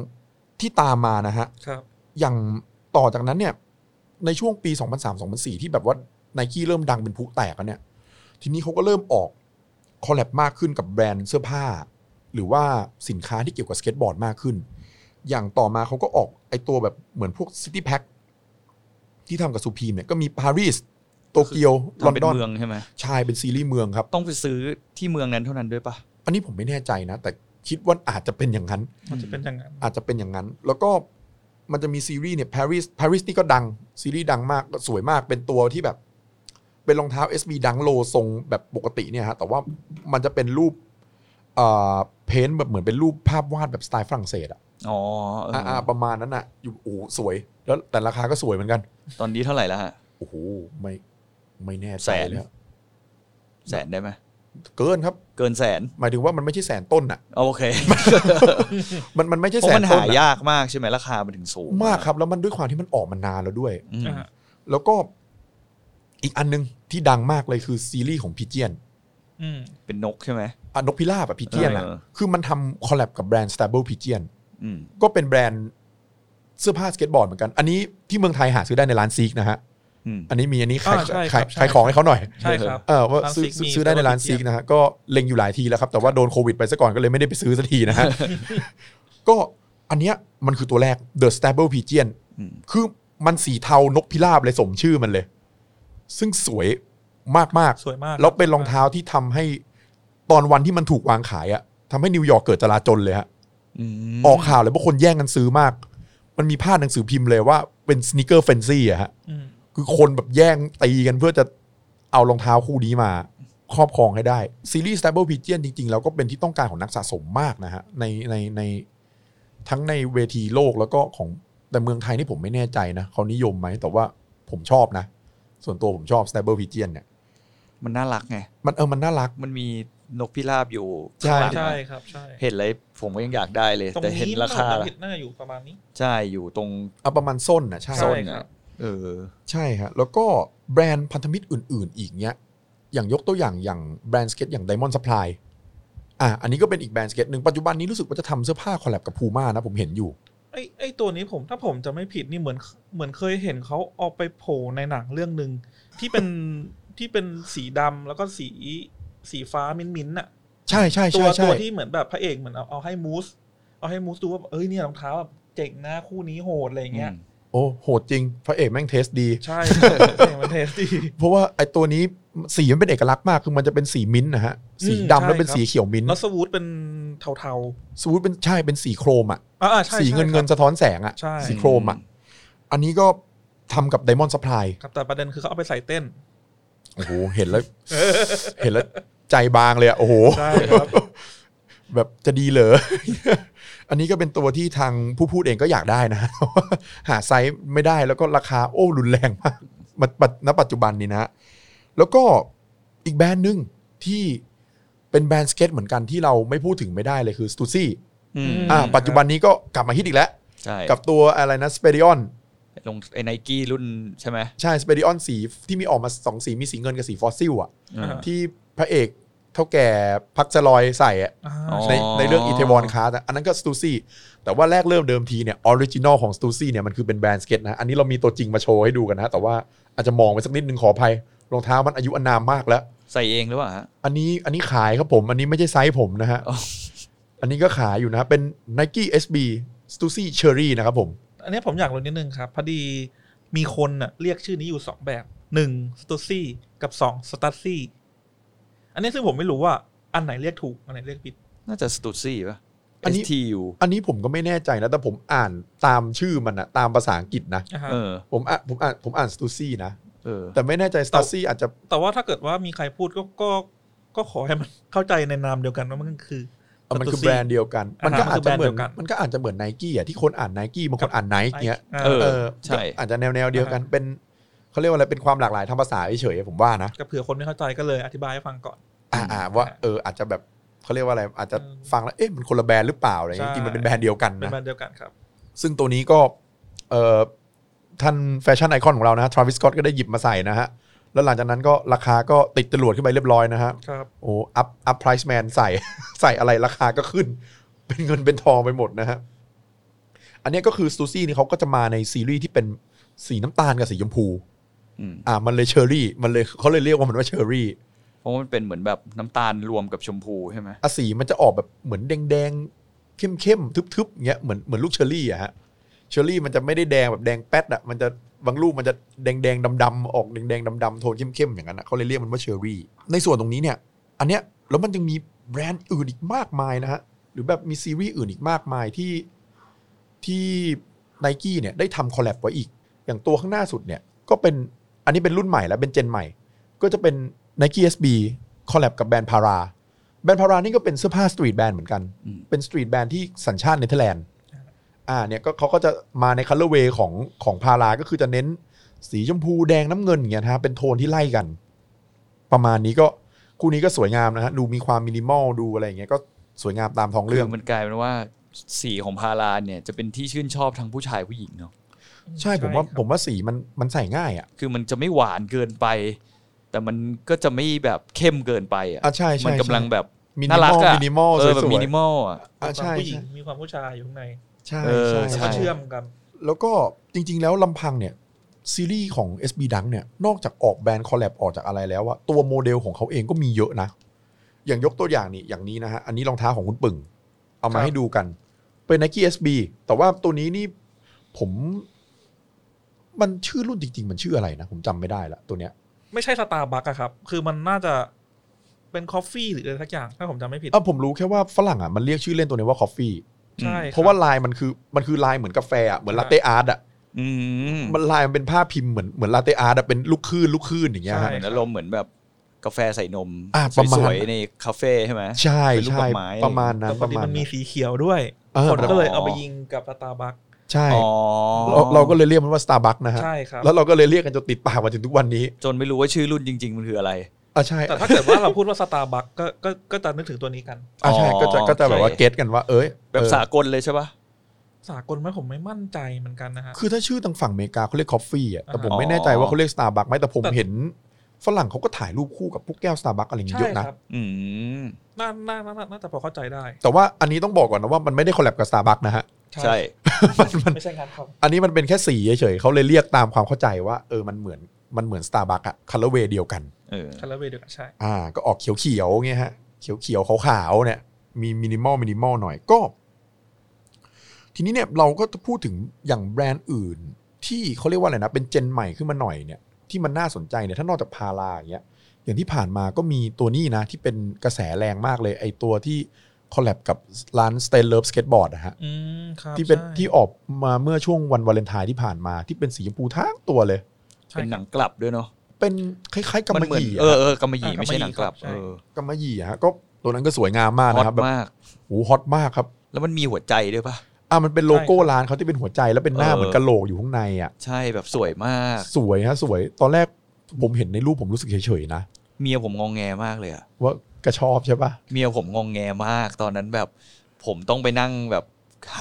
ที่ตามมานะฮะ ครับ อย่างต่อจากนั้นเนี่ย ในช่วงปี 2003 2004 ที่แบบว่าไนกี้เริ่มดังเป็นผู้แตกแล้วเนี่ย ทีนี้เขาก็เริ่มออกคอลแลบมากขึ้นกับแบรนด์เสื้อผ้า หรือว่าสินค้าที่เกี่ยวกับสเก็ตบอร์ดมากขึ้น อย่างต่อมาเขาก็ออกไอตัวแบบเหมือนพวกซิตี้แพ็คที่ทำกับซูพีมเนี่ยก็มีปารีสโตเกียวลอน ทำเป็น ดอน เมืองใช่ไหม ใชายเป็นซีรีส์เมืองครับ ต้องไปซื้อที่เมืองนั้นเท่านั้นด้วยปะ อันนี้ผมไม่แน่ใจนะ แต่คิดว่าอาจจะเป็นอย่างนั้น มันจะเป็นอย่างนั้น อาจจะเป็นอย่างนั้น แล้วก็มันจะมีซีรีส์เนี่ยปารีสปารีสนี่ก็ดัง ซีรีส์ดังมากสวยมากเป็นตัวที่แบบ เป็นรองเท้า SB ดังโลทรงแบบปกติเนี่ยฮะแต่ว่ามันจะเป็นรูปเอ่อเพนแบบเหมือนเป็นรูปภาพวาดแบบสไตล์ฝรั่งเศสอะ อ๋อเอออ อ่าๆประมาณนั้นอะอยู่โอ้โหสวย แล้วแต่ราคาก็สวยเหมือนกัน ตอนนี้เท่าไหร่แล้วฮะ โอ้โหไม่ไม่แน่ใจ แสน แล้ว แสนได้ไหม เกินครับ เกินแสน หมายถึงว่ามันไม่ใช่แสนต้นอะ เอาโอเค มันมันไม่ใช่ เพ แส ราะ น มัน ต้ หาน อะ ยากมากใช่ไหมราคามันถึงสูง มากครับแล้วมันด้วยความที่มันออกมานานแล้วด้วย อืม อ่าฮะ แล้วก็อีกอันหนึงที่ดังมากเลยคือซีรีส์ของพีเจียน อืม เป็นนกใช่ไหม อะนกพิราบอะพีเจียนอะ เออ คือมันทำคอลแลบกับแบรนด์ Stable p i g e o n อืม ก็เป็นแบรนด์เสื้อผ้าสเก็ตบอร์ดเหมือนกัน อันนี้ที่เมืองไทยหาซื้อได้ในร้านซีกนะฮะ อืม อันนี้มีอันนี้ขาย อ่าใช่ค ขาย รับ ขายของให้เขาหน่อย ใช่ครับ เออว่าซื้อ ร้าน Seek มี ซื้อได้ในร้าน Stable ซีก Pigeon นะฮะก็เล็งอยู่หลายทีแล้วครับ แต่ว่าโดนโควิดไปซะก่อนก็เลยไม่ได้ไปซื้อสักทีนะฮะ ก็อันเนี้ยมันคือตัวแรก The Stable p i g e o n อืม คือมันสีเทานกพิราบเลยสมชื่อมันเลย ซึ่งสวยมากๆ สวยมาก แล้วเป็นรองเท้าที่ทำให้ตอนวันที่มันถูกวางขายอะทำให้นิวยอร์กเกิดจลาจลเลยฮะ อืม ออกข่าวเลยว่าคนแย่งกันซื้อมาก มันมีพาดหนังสือพิมพ์เลยว่าเป็นสน e เกอร์เฟนซี่อะฮะ อืม คือคนแบบแย่งตีกันเพื่อจะเอารองเท้าคู่นี้มา ครอบครองให้ได้ ซีรีส์ Stable Pigeon จริง ๆ แล้วก็เป็นที่ต้องการของนักสะสมมากนะฮะ ในในในทั้งในเวทีโลกแล้วก็ของแต่เมืองไทยนี่ผมไม่แน่ใจนะเขานิยมไหมแต่ว่าผมชอบนะ ส่วนตัวผมชอบ Stable Pigeon เนี่ย มันน่ารักไง มันเออมันน่ารัก มันมี นกพิราบอยู่ ใช่ ข้างหลังอะ ใช่ครับใช่ เห็นเลยผมก็ยังอยากได้เลย ตรง แต่เห็น นี้ ราคา มัน ละ ผิดหน้าอยู่ประมาณนี้ ใช่อยู่ตรง เอาประมาณส้นนะใช่ ส้ โซน ครั อ่ะ บ เออ ใช่ฮะแล้วก็แบรนด์พันธมิตรอื่น ๆ อีกเนี้ยอย่างยกตัวอย่างอย่างแบรนด์สเก็ตอย่าง Diamond Supply อ่ะอันนี้ก็เป็นอีกแบรนด์สเก็ตหนึ่งปัจจุบันนี้รู้สึกว่าจะทำเสื้อผ้าคอลแลบกับ Puma นะผมเห็นอยู่ ไอ้ไอ้ตัวนี้ผมถ้าผมจะไม่ผิดนี่เหมือนเหมือนเคยเห็นเขาเอาไปโผล่ในหนังเรื่องหนึ่งที่เป็น ที่เป็นสีดำแล้วก็สีสีฟ้ามิ้นท์ๆน่ะ ใช่ใช่ ตั ใช่ ว ใช่ ตัวที่เหมือนแบบพระเอกเหมือนเอาเอาให้มูสเอาให้มูสดูว่าเอ้ยเนี่ยรองเท้าแบบเจ๋งนะคู่นี้โหดอะไรอย่างเงี้ย โอ้โหดจริง พระเอกแม่งเทสดี ใช่ เจ๋งมันเทสดี เพราะว่าไอ้ตัวนี้สีมันเป็นเอกลักษณ์มากคือมันจะเป็นสีมิ้นท์นะฮะสีดำ อืม แล้วเป็น ใช่ครับ สีเขียวมิ้นท์ แล้วสวูทเป็นเทา สมมติเป็นใช่เป็นสีโครมอ่ะ ๆอ่าใช่ สีเงิน ใช่ เงิน ครับ สะท้อนแสงอ่ะ ใช่ สีโครมอ่ะอันนี้ก็ทำกับ Diamond Supply ครับแต่ประเด็นคือเขาเอาไปใส่เต้น โอ้โหเห็นแล้ว เห็นแล้วใจบางเลยอะโอ้โห ใช่ครับ แบบจะดีเหรอ อันนี้ก็เป็นตัวที่ทางผู้พูดเองก็อยากได้นะ หาไซส์ไม่ได้แล้วก็ราคาโอ้รุนแรงมากมาปัจณปัจจุบันนี้นะ แล้วก็อีกแบรนด์หนึ่งที่เป็นแบรนด์สเก็ตเหมือนกันที่เราไม่พูดถึงไม่ได้เลยคือสตูซี่ อืม อ่า อืม ปัจจุบันนี้ก็กลับมาฮิตอีกแล้ว ใช่ กับตัวอะไรนะสเปริออน ลงไอ้ไนกี้รุ่นใช่ไหม ใช่สเปริออนสีที่มีออกมาสองสีมีสีเงินกับสีฟอสซิลอะ อืม ที่พระเอกเท่าแก่พักจะลอยใส่อะ อ่า อ๋อ ในในเรื่องอีเทวอนคาร์ดอันนั้นก็สตูซี่แต่ว่าแรกเริ่มเดิมทีเนี่ยออริจินอลของสตูซี่เนี่ยมันคือเป็นแบรนด์สเก็ตนะ อันนี้เรามีตัวจริงมาโชว์ให้ดูกันนะ แต่ว่าอาจจะมองไปสักนิดนึงขออภัยรองเท้ามันอายุอานามมากแล้ว ใส่เองหรือเปล่าฮะ อันนี้อันนี้ขายครับผม อันนี้ไม่ใช่ไซส์ผมนะฮะ อ๋อ อันนี้ก็ขายอยู่นะ เป็น n i k e SB s t u s y Cherry นะครับผม อันนี้ผมอยากรู้นิดนึงครับ พอดีมีคนน่ะเรียกชื่อนี้อยู่สองแบบหนึ่งสตูซี่กับสองสตัซี่อันนี้ซึ่งผมไม่รู้ว่าอันไหนเรียกถูก อันไหนเรียกผิด น่าจะสตูดซี่ป่ะ อันนี้ STU อันนี้ผมก็ไม่แน่ใจนะ แต่ผมอ่านตามชื่อมันนะตามภาษาอังกฤษนะ นะฮะ เออ ผมอ่านผมอ่านผมอ่านสตูซี่นะ เออ แต่ไม่แน่ใจสตูซี่อาจจะ แต่ว่าถ้าเกิดว่ามีใครพูดก็ก็ก็ขอให้มันเข้าใจในนามเดียวกันว่ามันคือ เอ่อมันคือแบ Stussy รนด์เดียวกัน มันก็ อ่าฮะอาน จมัคือ จะเหมือ แบรนนด์เดียวกัน มันก็อาจจะเหมือนไนกี้อ่ะที่คนอ่านไนกี้บางคนอ่านไนกี้เงี้ย อ่า เออ เออ ใช่ ก็อาจจะแนวแนวๆเดียวกัน อ่าฮะ เป็นเขาเรียกว่าอะไรเป็นความหลากหลายทางภาษาเฉยๆผมว่านะ ก็เผื่อคนไม่เข้าใจก็เลยอธิบายให้ฟังก่อน อ่าอ่าว่าเอออาจจะแบบเขาเรียกว่าอะไรอาจจะ อืม ฟังแล้วเอ๊ะมันคนละแบรนด์หรือเปล่าอะไรอย่างเงี้ย ใช่ จริงๆมันเป็นแบรนด์เดียวกัน เป็น นะ แบรนด์เดียวกันครับ ซึ่งตัวนี้ก็เออท่านแฟชั่นไอคอนของเรานะทราวิส s ก o t t ก็ได้หยิบมาใส่นะฮะ แล้วหลังจากนั้นก็ราคาก็ติดจรวดขึ้นไปเรียบร้อยนะฮะ ครับ โอ้อัพอัพไพรซ์แมนใส่ ใส่อะไรราคาก็ขึ้น เป็นเงินเป็นทองไปหมดนะฮะ อันเนี้ยก็คือสตูซี่นี่เขาก็จะมาในซีรีส์ที่เป็นสีน้ำตาลกับสีชมพู อืม อ่ามันเลยเชอรี่ มันเลยเขาเลยเรียกว่ามันว่าเชอรี่ เพราะว่ามันเป็นเหมือนแบบน้ำตาลรวมกับชมพูใช่ไหม อะสีมันจะออกแบบเหมือนแดงแดงๆเข้มเข้มๆทึบๆอย่างเงี้ยเหมือนเหมือนลูกเชอรี่อะฮะเชอรี่มันจะไม่ได้แดงแบบแดงแป๊ดอะมันจะบางลูกมันจะแดงแดงดำดำๆออกแดงแดงดำดำๆโทนเข้มเข้มๆอย่างนั้นอะเขาเลยเรียกมันว่าเชอรี่ ในส่วนตรงนี้เนี่ย อันเนี้ยแล้วมันยังมีแบรนด์อื่นอีกมากมายนะฮะหรือแบบมีซีรีส์อื่นอีกมากมายที่ที่ไนกี้เนี่ยได้ทำคอลแลบไว้อีก อย่างตัวข้างหน้าสุดเนี่ยก็เป็นอันนี้เป็นรุ่นใหม่แล้วเป็นเจนใหม่ ก็จะเป็น n i k e SB คอลแลบกับแบรนด์พาราแบรนด์พารานี่ก็เป็นเสื้อผ้าสตรีทแบรนด์เหมือนกัน อืม เป็นสตรีทแบรนด์ที่สัญชาติเนเธอร์แลนด์อ่าเนี่ยก็เขาก็จะมาในคัลเลอร์เวย์ของของพาราก็คือจะเน้นสีชมพูแดงน้ำเงินอย่างเงี้ยนะฮะเป็นโทนที่ไล่กัน ประมาณนี้ก็คู่นี้ก็สวยงามนะฮะดูมีความมินิมอลดูอะไรอย่างเงี้ยก็สวยงามตามท้องเรื่อง คืมันกลายเป็นว่าสีของพาราเนี่ยจะเป็นที่ชื่นชอบทั้งผู้ชายผู้หญิงเนาะ ใช่ผมว่า ใช่ครับ ผมว่าสีมันมันใส่ง่ายอ่ะ คือมันจะไม่หวานเกินไป แต่มันก็จะไม่แบบเข้มเกินไปอ่ะ อ่ะใช่ใช่ มันกำลังแบบ มินิ น่าม รัก อล อ่ะ มินิมอล เอ สว อย แบบมินิ ๆ มอลอ่ะ อ่ะ มีความ ใช่ ผู้หญิง ใช่ มีความผู้ชายอยู่ข้างใน ใช่ เออ ใช่ใช่แล้วก็เชื่อมกัน แล้วก็จริง ๆ แล้วลำพังเนี่ย ซีรีส์ของ SB d u n k เนี่ย นอกจากออกแบรนด์คอลแลบออกจากอะไรแล้วอะตัวโมเดลของเขาเองก็มีเยอะนะ อย่างยกตัวอย่างนี่อย่างนี้นะฮะ อันนี้รองเท้าของคุณปึ่ง เอามา ครับ ให้ดูกัน เป็น n i k e SB แต่ว่าตัวนี้นี่ผม มันชื่อรุ่นจริง ๆ มันชื่ออะไรนะ ผมจำไม่ได้ละตัวเนี้ย ไม่ใช่สตาร์บัคอะครับ คือมันน่าจะเป็นคอฟฟี่หรืออะไรสักอย่าง ถ้าผมจำไม่ผิด เอ่ะผมรู้แค่ว่าฝรั่งอ่ะมันเรียกชื่อเล่นตัวนี้ว่าคอฟฟี่ ใช่คบ เพราะว่าลายมันคือมันคือลายเหมือนกาแฟอะเหมือนลาเต้อาร์ตอ่ะ อืม มันลายมันเป็นผ้าพิมพ์เหมือนเหมือนลาเต้อาร์ตอะเป็นลูกคลื่นลูกคลื่นอย่างเงี้ย ใช่ ฮะ เหมือนอารมณ์เหมือนแบบกาแฟใส่นม อ่ะประมาณ สวยๆในคาเฟ่ใช่ไหม ใช่ เป็นรูปด ใช่ อกไม้ ประมาณนั้ แต่ น พ ประอมาณดีมันมี นั้น สีเขียวด้วย เออ คน มัน ก็เลยเอาไปยิงกับสตาร์บัค ใช่ อ๋อ เราเราก็เลยเรียกมันว่า Starbucks นะฮะ ใช่ครับ แล้วเราก็เลยเรียกกันจนติดปากมาถึงทุกวันนี้ จนไม่รู้ว่าชื่อรุ่นจริง ๆ มันคืออะไร อ่ะใช่ แต่ถ้าเกิดว่าเราพูดว่าสตาร์บัคก็ก็ก็จะนึกถึงตัวนี้กัน อ่ะใช่ก็จะก็จะแบบว่า โอเค เก็ตกันว่า เอ้ย แบบ เออ สากลเลยใช่ปะ สากลไหมผมไม่มั่นใจเหมือนกันนะฮะ คือถ้าชื่อทางฝั่งอเมริกาเขาเรียกคอฟฟี่อ่ะแต่ผม อ่า ไม่แน่ใจว่าเขาเรียกสตาร์บัคไหมแต่ผม แต่ เห็นฝรั่งเขาก็ถ่ายรูปคู่กับพวกแก้วสตาร์บัคอะไรอย่างเงี้ย ใช่ เยอะนะ ครับ อืม น่าน่าน่าน่าจะพอเข้าใจได้ แต่ว่าอันนี้ต้องบอกก่อนนะว่ามันไม่ได้คอลแลบกับสตาร์บัคนะฮะ ใช่ มันมัน ไม่ใช่งานเขา อันนี้มันเป็นแค่สีเฉยๆเขาเลยเรียกตามความเข้าใจว่าเออมันเหมือนมันเหมือนสตาร์บัคอะคัลเลอร์เวเดียวกัน เออ คาราเวเดียวกันใช่ อ่าก็ออกเขียวๆเงี้ยฮะ เขียวๆขาวๆเนี่ยมีมินิมอลมินิมอลหน่อยก็ ทีนี้เนี่ยเราก็จะพูดถึงอย่างแบรนด์อื่น ที่เขาเรียกว่าอะไรนะ เป็นเจนใหม่ขึ้นมาหน่อยเนี่ยที่มันน่าสนใจเนี่ยถ้านอกจากพาราอย่างเงี้ยอย่างที่ผ่านมาก็มีตัวนี้นะ ที่เป็นกระแสแรงมากเลย ไอตัวที่คอลแลบกับร้าน s t a n l e r Skateboard นะฮะ อืมครับ ที่เป็น ใช่ ที่ออกมาเมื่อช่วงวันวาเลนไทน์ที่ผ่านมาที่เป็นสีชมพูทั้งตัวเลย ใช่ เป็นหนั ครับ งกลับด้วยเนาะ เป็นคล้ายๆกำ มัน มะ เห ห มือน ยี่ เออ อะ เออกำมะหยี่ อ่ะ ไม่ใช่หนังกลับ กำมะหยี่ เอ คำมะหยี่รับ อกฮะก็ตัวนั้นก็สวยงามมาก ฮอ นะครับ ต แบบ มาก โอ้โหฮอตมากครับ แล้วมันมีหัวใจด้วยปะ อ่ะมันเป็นโลโก้ ใช่ครับ ร้านเขาที่เป็นหัวใจแล้วเป็นหน้า เออ เหมือนกะโหลกอยู่ข้างในอ่ะ ใช่แบบสวยมาก สวยฮะสวยตอนแรกผมเห็นในรูปผมรู้สึกเฉยๆนะ เมียผมงองแงมากเลยอะ ว่ากระชอบใช่ปะ เมียผมงองแงมาก ตอนนั้นแบบ ผมต้องไปนั่งแบบ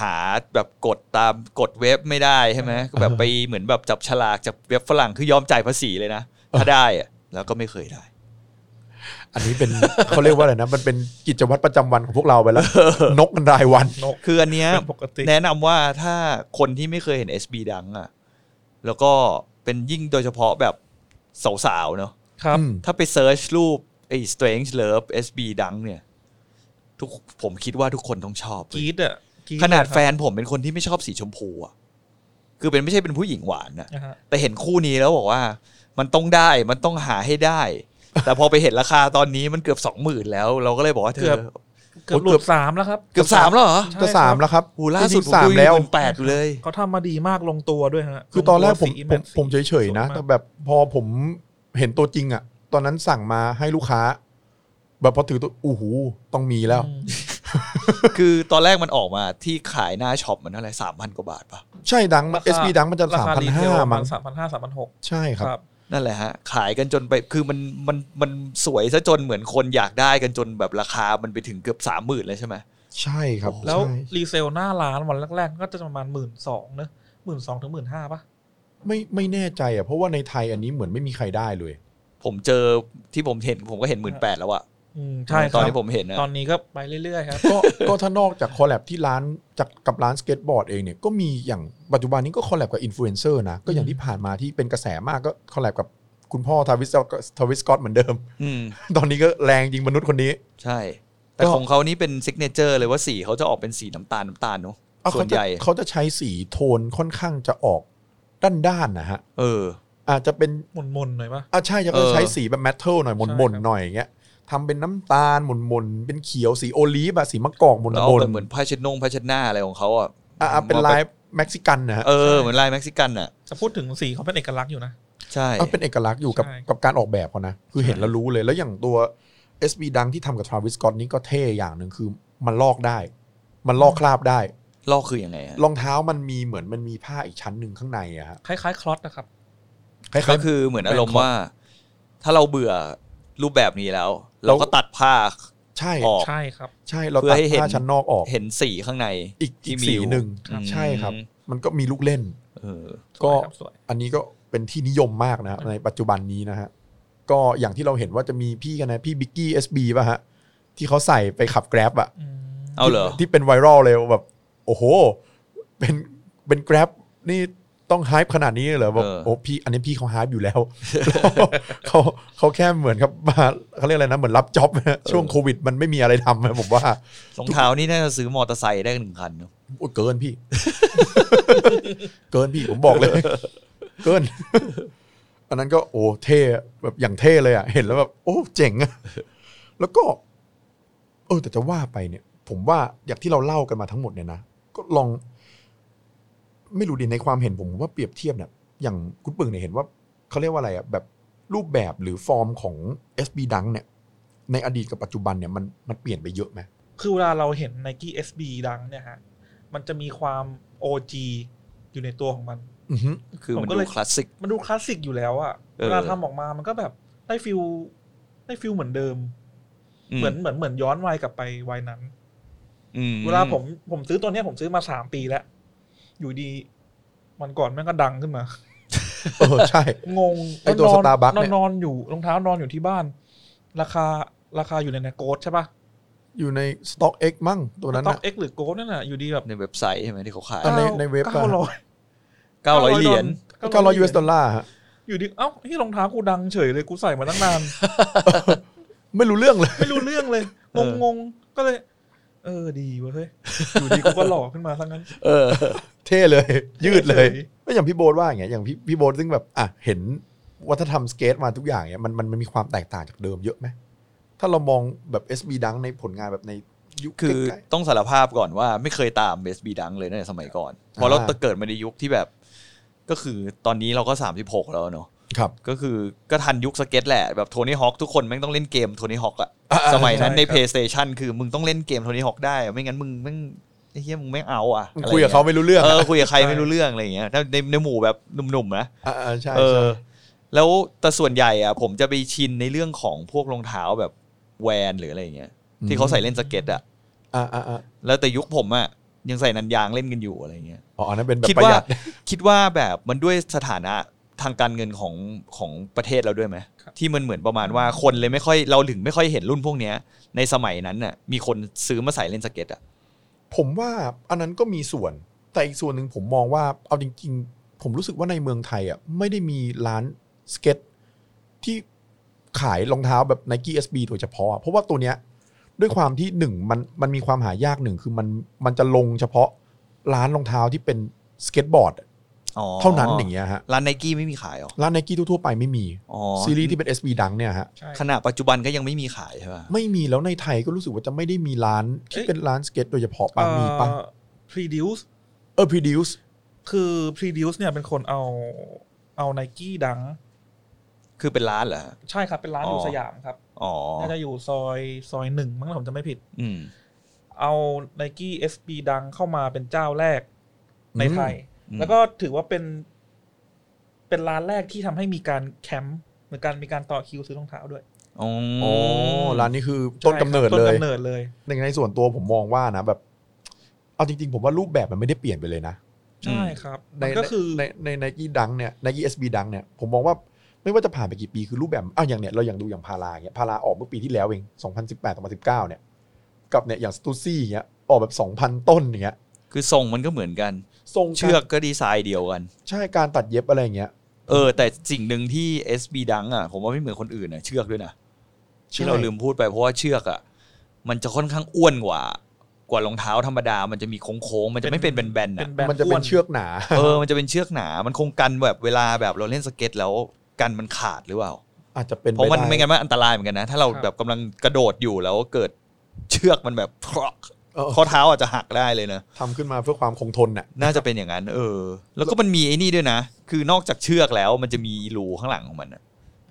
หาแบบกดตามกดเว็บไม่ได้ใช่ไหมก็แบบไปเหมือนแบบจับฉลากจากเว็บฝรั่งคือยอมจ่ายภาษีเลย นะถ้าได้อะแล้วก็ไม่เคยได้ อันนี้เป็น เขาเรียกว่าอะไรนะมันเป็นกิจวัตรประจำวันของพวกเราไปแล้ว นกกันรายวัน นก คืออันเนี้ย เป็นปกติ แนะนำว่าถ้าคนที่ไม่เคยเห็น SB ดังอ่ะ แล้วก็เป็นยิ่งโดยเฉพาะแบบสาวๆเนาะ ครับ อืม ถ้าไปเซิร์ชรูปไอ้ Strange Love SB ดังเนี่ยทุกผมคิดว่าทุกคนต้องชอบ ก เว้ย รีดอ่ะกรี๊ ขนาดแฟ เลย นผมเป็นคนที่ไม่ชอบสีชมพูอ่ะ คือเป็นไม่ใช่เป็นผู้หญิงหวานนะ ครับนะฮะ แต่เห็นคู่นี้แล้วบอกว่า มันต้องได้มันต้องหาให้ได้ แต่พอไปเห็นราคาตอนนี้มันเกือบสองหมื่นแล้ว เราก็เลยบอกว่าเธอ เกือบหลุดสามแล้วครับ เกือบสามแล้วเหรอ ใช่ จะสามแล้วครับ โหล่าสุด จริงๆสามแล้ว แปดอยู่เลย เขาทำมาดีมากลงตัวด้วยฮะ คือตอนแรกผม ลง ผ ตั ม วสี ผมเฉยๆนะ สวมา แต่ ก แบบพอผมเห็นตัวจริงอ่ะ ตอนนั้นสั่งมาให้ลูกค้า แบบพอถือตัวอู้หูต้องมีแล้ว อืม คือตอนแรกมันออกมาที่ขายหน้าช็อปมันเท่าไหร่สามพันกว่าบาทปะ ใช่ดัง ราคา เอสบีดังมันจะ ร สาม ค พัน รีเท ห้า ลประ มั้ง สามพันห้าสามพันหก ใช่ครับ นั่นแหละฮะ ขายกันจนไปคือมันมันมันสวยซะจนเหมือนคนอยากได้กันจนแบบราคามันไปถึงเกือบสามหมื่นเลยใช่ไหม ใช่ครับ แล้ว ใช่ รีเซลหน้าร้านวันแรก ๆ ก็จะประมาณหมื่นสองเนอะหมื่นสองถึงหมื่นห้าป่ะ ไม่ไม่แน่ใจอ่ะ เพราะว่าในไทยอันนี้เหมือนไม่มีใครได้เลย ผมเจอที่ผมเห็นผมก็เห็นหมื่นแปดแล้วอะ อืมใช่ครับ ตอนที่ผมเห็นนะ ตอนนี้ก็ไปเรื่อยๆครับ ก็ก็ถ้านอกจากคอลแลบที่ร้านจากกับร้านสเก็ตบอร์ดเองเนี่ยก็มีอย่างปัจจุบันนี้ก็คอลแลบกับอินฟลูเอนเซอร์นะ ก็อย่างที่ผ่านมาที่เป็นกระแสมากก็คอลแลบกับคุณพ่อทาวิสทาวิสกอตเหมือนเดิ ม อืม ตอนนี้ก็แรงจริงมนุษย์คนนี้ ใช่ แต่ของเขานี่เป็นซิกเนเจอร์เลยว่าสีเขาจะออกเป็นสีน้ำตาลน้ำตาลเนาะ อ่ะ ส่ เขา วน จะ ใหญ่ เขาจะใช้สีโทนค่อนข้างจะออกด้านด้านๆนะฮะ เออ อาจจะเป็น หมุนๆหน่อยป่ะ อ่ะใช่จะ เอ ก็ อ ใช้สีแบบแมทเทิลหน่อยหมน ใช่ ๆหครับน่อยอย่างเงี้ยทำเป็นน้ำตาลหมนๆเป็นเขียวสีโอลีฟอะสีมะกอกหมน แล้ว ๆ เอาแบบเหมือนผ้าเช็ดนงผ้าเช็ดหน้าอะไรของเขาอะ อ่ะอ่ะเป็นลายเม็กซิกันนะฮะ เออเหมือนลายเม็กซิกันอะ แต่พูดถึงสีเขาเป็นเอกลักษณ์อยู่นะ ใช่ อ่ะเป็นเอกลักษณ์อยู่กับ ใช่ กับการออกแบบเขานะ คือเห็นแล้วรู้เลยแล้วอย่างตัว SB ดังที่ทำกับทราวิสกอตนี่ก็เท่อย่างหนึ่งคือมันลอกได้ มันลอกคราบได้ ลอกคือยังไงฮะ รองเท้ามันมีเหมือนมันมีผ้าอีกชั้นหนึ่งข้างในอะฮะ คล้ายๆคลอสนะครับ คล้า ก็ ยๆ คือเหมือนอารมณ์ว่า ถ้าเราเบื่อรูปแบบนี้แล้ว เราก็ตัดผ้า ใช่ ออก ใช่ครับ ใช่เรา เพื่อ ตัด ให้เห็น ผ้าชั้นนอกออก เห็นสีข้างใน อีก ที่ อีก มี สี อยู่ หนึ่ง ครับ ใช่ครับ อืม มันก็มีลูกเล่น เออ ก็ สวยครับสวย อันนี้ก็เป็นที่นิยมมากนะฮะในปัจจุบันนี้นะฮะ ก็อย่างที่เราเห็นว่าจะมีพี่กันนะพี่บิกกี้เอสบีป่ะฮะ ที่เขาใส่ไปขับแกร็บอะ อืม เอาเหรอ ที่ที่เป็นไวรัลเลยแบบ โอ้โห เป็นเป็นแกร็บนี่ต้องไฮป์ขนาดนี้เลยเหรอแบบ เออ โอ้พี่ อันนี้พี่เขาไฮป์อยู่แล้ว เขาเขาแค่เหมือนครับมาเขาเรียกอะไรนะเหมือนรับจ็อบนะช่วงโควิด มันไม่มีอะไรทำนะผมว่า รองเท้านี่น่าจะซื้อมอเตอร์ไซค์ได้หนึ่งคันเนอะ โอ้ยเกินพี่ เกินพี่ผมบอกเลย เกิน อันนั้นก็โอ้เท่แบบอย่างเท่เลยอ่ะ เห็นแล้วแบบ โอ้เจ๋งอะแล้วก็ เออ แต่จะว่าไปเนี่ย ผมว่าอย่างที่เราเล่ากันมาทั้งหมดเนี่ยนะก็ลอง ไม่รู้ดิในความเห็นผมผมว่าเปรียบเทียบเนี่ยอย่างคุณปึ่งเนี่ยเห็นว่าเขาเรียกว่าอะไรอ่ะแบบรูปแบบหรือฟอร์มของ SB ดังเนี่ย ในอดีตกับปัจจุบันเนี่ยมันมันเปลี่ยนไปเยอะไหม คือเวลาเราเห็น n i กี้ SB ดังเนี่ยฮะ มันจะมีความ OG อยู่ในตัวของมัน อือฮึ คือมัผนมก็ ดู เลย คลาสสิก มันดูคลาสสิกอยู่แล้วอะ เออ เวลาทำออกมามันก็แบบได้ฟิล ได้ฟิลเหมือนเดิม อื เหมือนเหมือนเหมือนย้อนวัยกลับไปวัยนั้น อืม เวลาผมผมซื้อตัวเนี้ยผมซื้อมาสามปีแล้ว อยู่ดีวันก่อนแม่งก็ดังขึ้นมา เออใช่ งง ไอ้ตัวน น Starbucks น เนี่ อน ย นอนอยู่รองเท้านอนอยู่ที่บ้าน ราคาราคาอยู่ในในโกดใช่ปะ อยู่ใน Stock X มั่งตัวนั้น ต็อ น่ะ กเอ็กหรือโกดนั่นน่ะอยู่ดีแบบ ในเว็บไซต์ใช่ไหมที่เขาขาย อ่ะ ในในเว็บอะ เก้าร้อย เก้าร้อยเหรียญ 900 US ดอลลาร์ฮะ อยู่ดีเอ้าที่รองเท้ากูดังเฉยเลยกูใส่มาตั้งนาน ไม่รู้เรื่องเลย ไม่รู้เรื่องเลย งงงๆก็เลย เออดีเว้ยเฮ้ยอยู่ดีกูก็หล่อขึ้นมาทั้งนั้น เออ เท่เลย ยืดเล เฉ ย ย ก็อย่างพี่โบ๊ทว่าอย่างเงี้ยอย่างพี่พี่โบ๊ทซึ่งแบบอ่ะเห็นวัฒนธรรมสเกตมาทุกอย่างเนี่ยมันมันมันมีความแตกต่างจากเดิมเยอะไหมถ้าเรามองแบบ SB ดังในผลงานแบบในยุค คือ ใกล้ ต้องสารภาพก่อนว่าไม่เคยตามเบสบีดังเลยตั้งแต่สมัยก่อน เพราะเรา อ่า เกิดมาในยุคที่แบบ ก็คือตอนนี้เราก็ 36 แล้วเนาะ ๆครับ ก็คือก็ทันยุคสเก็ตแหละ แบบโทนี่ฮอคทุกคนแม่งต้องเล่นเกมโทนี่ฮอคอะ อ่าๆ สมัยนั้น ใช่ ใน ครับ PlayStation คือมึงต้องเล่นเกมโทนี่ฮอคได้อะไม่งั้นมึงแม่งไอ้เฮียมึงแม่งเอาอะ มัน อะไร คุยกับเขาไม่รู้เรื่อง เอ อะ อคุยกับใครไม่รู้เรื่องอะไรอย่างเงี้ยถ้าในในหมู่แบบหนุ่มๆนะ ่าๆใช่ เอ ใช่ อแล้วแต่ส่วนใหญ่อะผมจะไปชินในเรื่องของพวกรองเท้าแบบแวนหรืออะไรอย่างเงี้ยที่เขาใส่เล่นสเก็ตอะ อ่าอ่าอ่า แล้วแต่ยุคผมอะยังใส่นันยางเล่นกันอยู่อะไรเงี้ย อ๋ออันนั้นเป็นแบบ คิด ประ ว่า หยัด คิดว่าแบบมันด้วยสถานะทางการเงินของของประเทศเราด้วยไหม ครับ ที่มันเหมือนประมาณว่าคนเลยไม่ค่อยเราถึงไม่ค่อยเห็นรุ่นพวกเนี้ย ในสมัยนั้นน่ะมีคนซื้อมาใส่เล่นสเก็ตอะ ผมว่าอันนั้นก็มีส่วน แต่อีกส่วนหนึ่งผมมองว่าเอาจริงๆ ผมรู้สึกว่าในเมืองไทยอ่ะไม่ได้มีร้านสเก็ตที่ขายรองเท้าแบบ n i กี้ SB โดยเฉพาะอะเพราะว่าตัวเนี้ยด้วยความที่หนึ่งมันมันมีความหายากหนึ่งคือมันมันจะลงเฉพาะร้านรองเท้าที่เป็นสเก็ตบอร์ด อ๋อ เท่านั้นอย่างเงี้ยฮะ ร้านไนกี้ไม่มีขายเหรอ ร้าน n i กี้ทั่วๆไปไม่มี อ๋อ ซีรีส์ที่เป็น SB ดังเนี่ยฮะ ใช่ ขณะปัจจุบันก็ยังไม่มีขายใช่ป่ะ ไม่มีแล้วในไทยก็รู้สึกว่าจะไม่ได้มีร้านที่ เอ๊ะ เป็นร้านสเก็ตโดยเฉพาะปะมีปะ พรีดิวส์ เออ produce คือ p r e d u c e เนี่ยเป็นคนเอาเอาไนกี้ดัง คือเป็นร้านเหรอฮะ ใช่ครับ เป็นร้านอยู่ อ๋อ สยามครับ อ๋อ น่าจะอยู่ซอยซอยหนึ่งมั้งถ้าผมจะไม่ผิด อืม เอาไนกี้ SB ดังเข้ามาเป็นเจ้าแรกในไทย อืม แล้วก็ถือว่าเป็น เป็นร้านแรกที่ทำให้มีการแคมป์เหมือนการมีการต่อคิวซื้อรองเท้าด้วย อ๋อ อ๋อร้านนี้คือต้นกำเนิด ใช่ครับ เล ต้น ย กำเนิดเลย ในในส่วนตัวผมมองว่านะแบบเอาจริงๆ ผมว่ารูปแบบมันไม่ได้เปลี่ยนไปเลยนะ ใช่ครับ ใน มันก็คือ ในในไนกี้ดังเนี่ยไนกี้เอสบีดังเนี่ยผมมองว่าไม่ว่าจะผ่านไปกี่ปีคือรูปแบบอ้าวอย่างเนี่ยเราอย่างดูอย่างพาราเนี่ยพาราออกเมื่อปีที่แล้วเอง2018 2019เนี่ยกับเนี่ยอย่างสตูซี่เนี่ยออกแบบ 2,000 ต้นเนี่ย คือทรงมันก็เหมือนกัน ทรง เชือกก็ดีไซน์เดียวกัน ใช่การตัดเย็บอะไรอย่างเงี้ย เออแต่สิ่งหนึ่งที่ SB ดังอ่ะผมว่าไม่เหมือนคนอื่นอ่ะเชือกด้วยนะที่เราลืมพูดไปเพราะว่าเชือกอ่ะมันจะค่อนข้างอ้วนกว่า กว่ารองเท้าธรรมดา มันจะมีโค้งๆมันจะไม่เป็นแบนๆ เป็ อ่ะ นแบบ มันจะเป็นเชือกหนา เออมันจะเป็นเชือกหนามันคงกันแบบเวลาแบบเราเล่นสเก็ตแล้วกันมันขาดหรือเปล่า อาจจะเป็น เพราะมัน ปด้ ไม่งั้นมันอันตรายเหมือนกันนะ ถ้าเราแบบกำลังกระโดดอยู่แล้วเกิดเชือกมันแบบพรอก เออ ข้อเท้าอาจจะหักได้เลยนะ ทำขึ้นมาเพื่อความคงทนน่ะ น่าจะเป็นอย่างนั้น เออ แล้วก็มันมีไอ้นี่ด้วยนะ คือนอกจากเชือกแล้วมันจะมีรูข้างหลังของมันอะ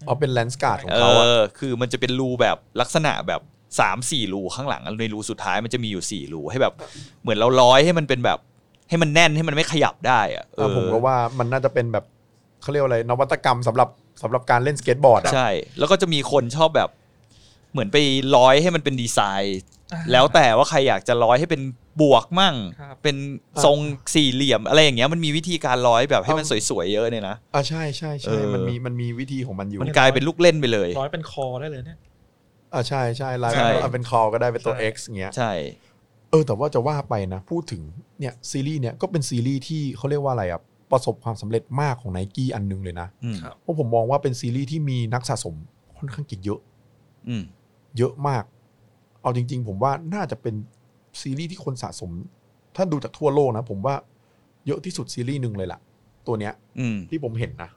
เอาเป็นแลนด์การ์ดของ เอ เขาอะ อ คือมันจะเป็นรูแบบลักษณะแบบสามสี่รูข้างหลังแล้วในรูสุดท้ายมันจะมีอยู่สี่รูให้แบบ เหมือนเราร้อยให้มันเป็นแบบ ให้มันแน่นให้มันไม่ขยับได้อะเออ ผมก็ว่ามันน่าจะเป็นแบบเขาเรียกว่าอะไรนวัตกรรมสำหรับสำหรับการเล่นสเก็ตบอร์ดอะ ใช่ แล้วก็จะมีคนชอบแบบ เหมือนไปร้อยให้มันเป็นดีไซน์ แล้วแต่ว่าใครอยากจะร้อยให้เป็นบวกมั่ง ครับ เป็นทรงสี่เหลี่ยมอะไรอย่างเงี้ยมันมีวิธีการร้อยแบบให้มันสวยๆเยอะเนี่ยนะ อ่าใช่ใช่ เอ ใช่ อ มันมีมันมีวิธีของมันอยู่ มันกลายเป็นลูกเล่นไปเลย ร้อยเป็นคอได้เลยเนี่ย อ่าใช่ใช่ลาย ใช่ มันเป็นคอก็ได้เป็นตัว ใช่ X อย่างเงี้ย ใช่ เออแต่ว่าจะว่าไปนะ พูดถึงเนี่ยซีรีส์เนี่ยก็เป็นซีรีส์ที่เขาเรียกว่าอะไรอ่ะประสบความสำเร็จมากของไนกี้อันหนึงเลยนะ อืม ครับ เพราะผมมองว่าเป็นซีรีส์ที่มีนักสะสมค่อนข้างจะเยอะ อืม เยอะมาก เอาจริง ๆ ผมว่าน่าจะเป็นซีรีส์ที่คนสะสม ถ้าดูจากทั่วโลกนะ ผมว่าเยอะที่สุดซีรีส์หนึ่งเลยล่ะ ตัวเนี้ย อืม ที่ผมเห็นนะ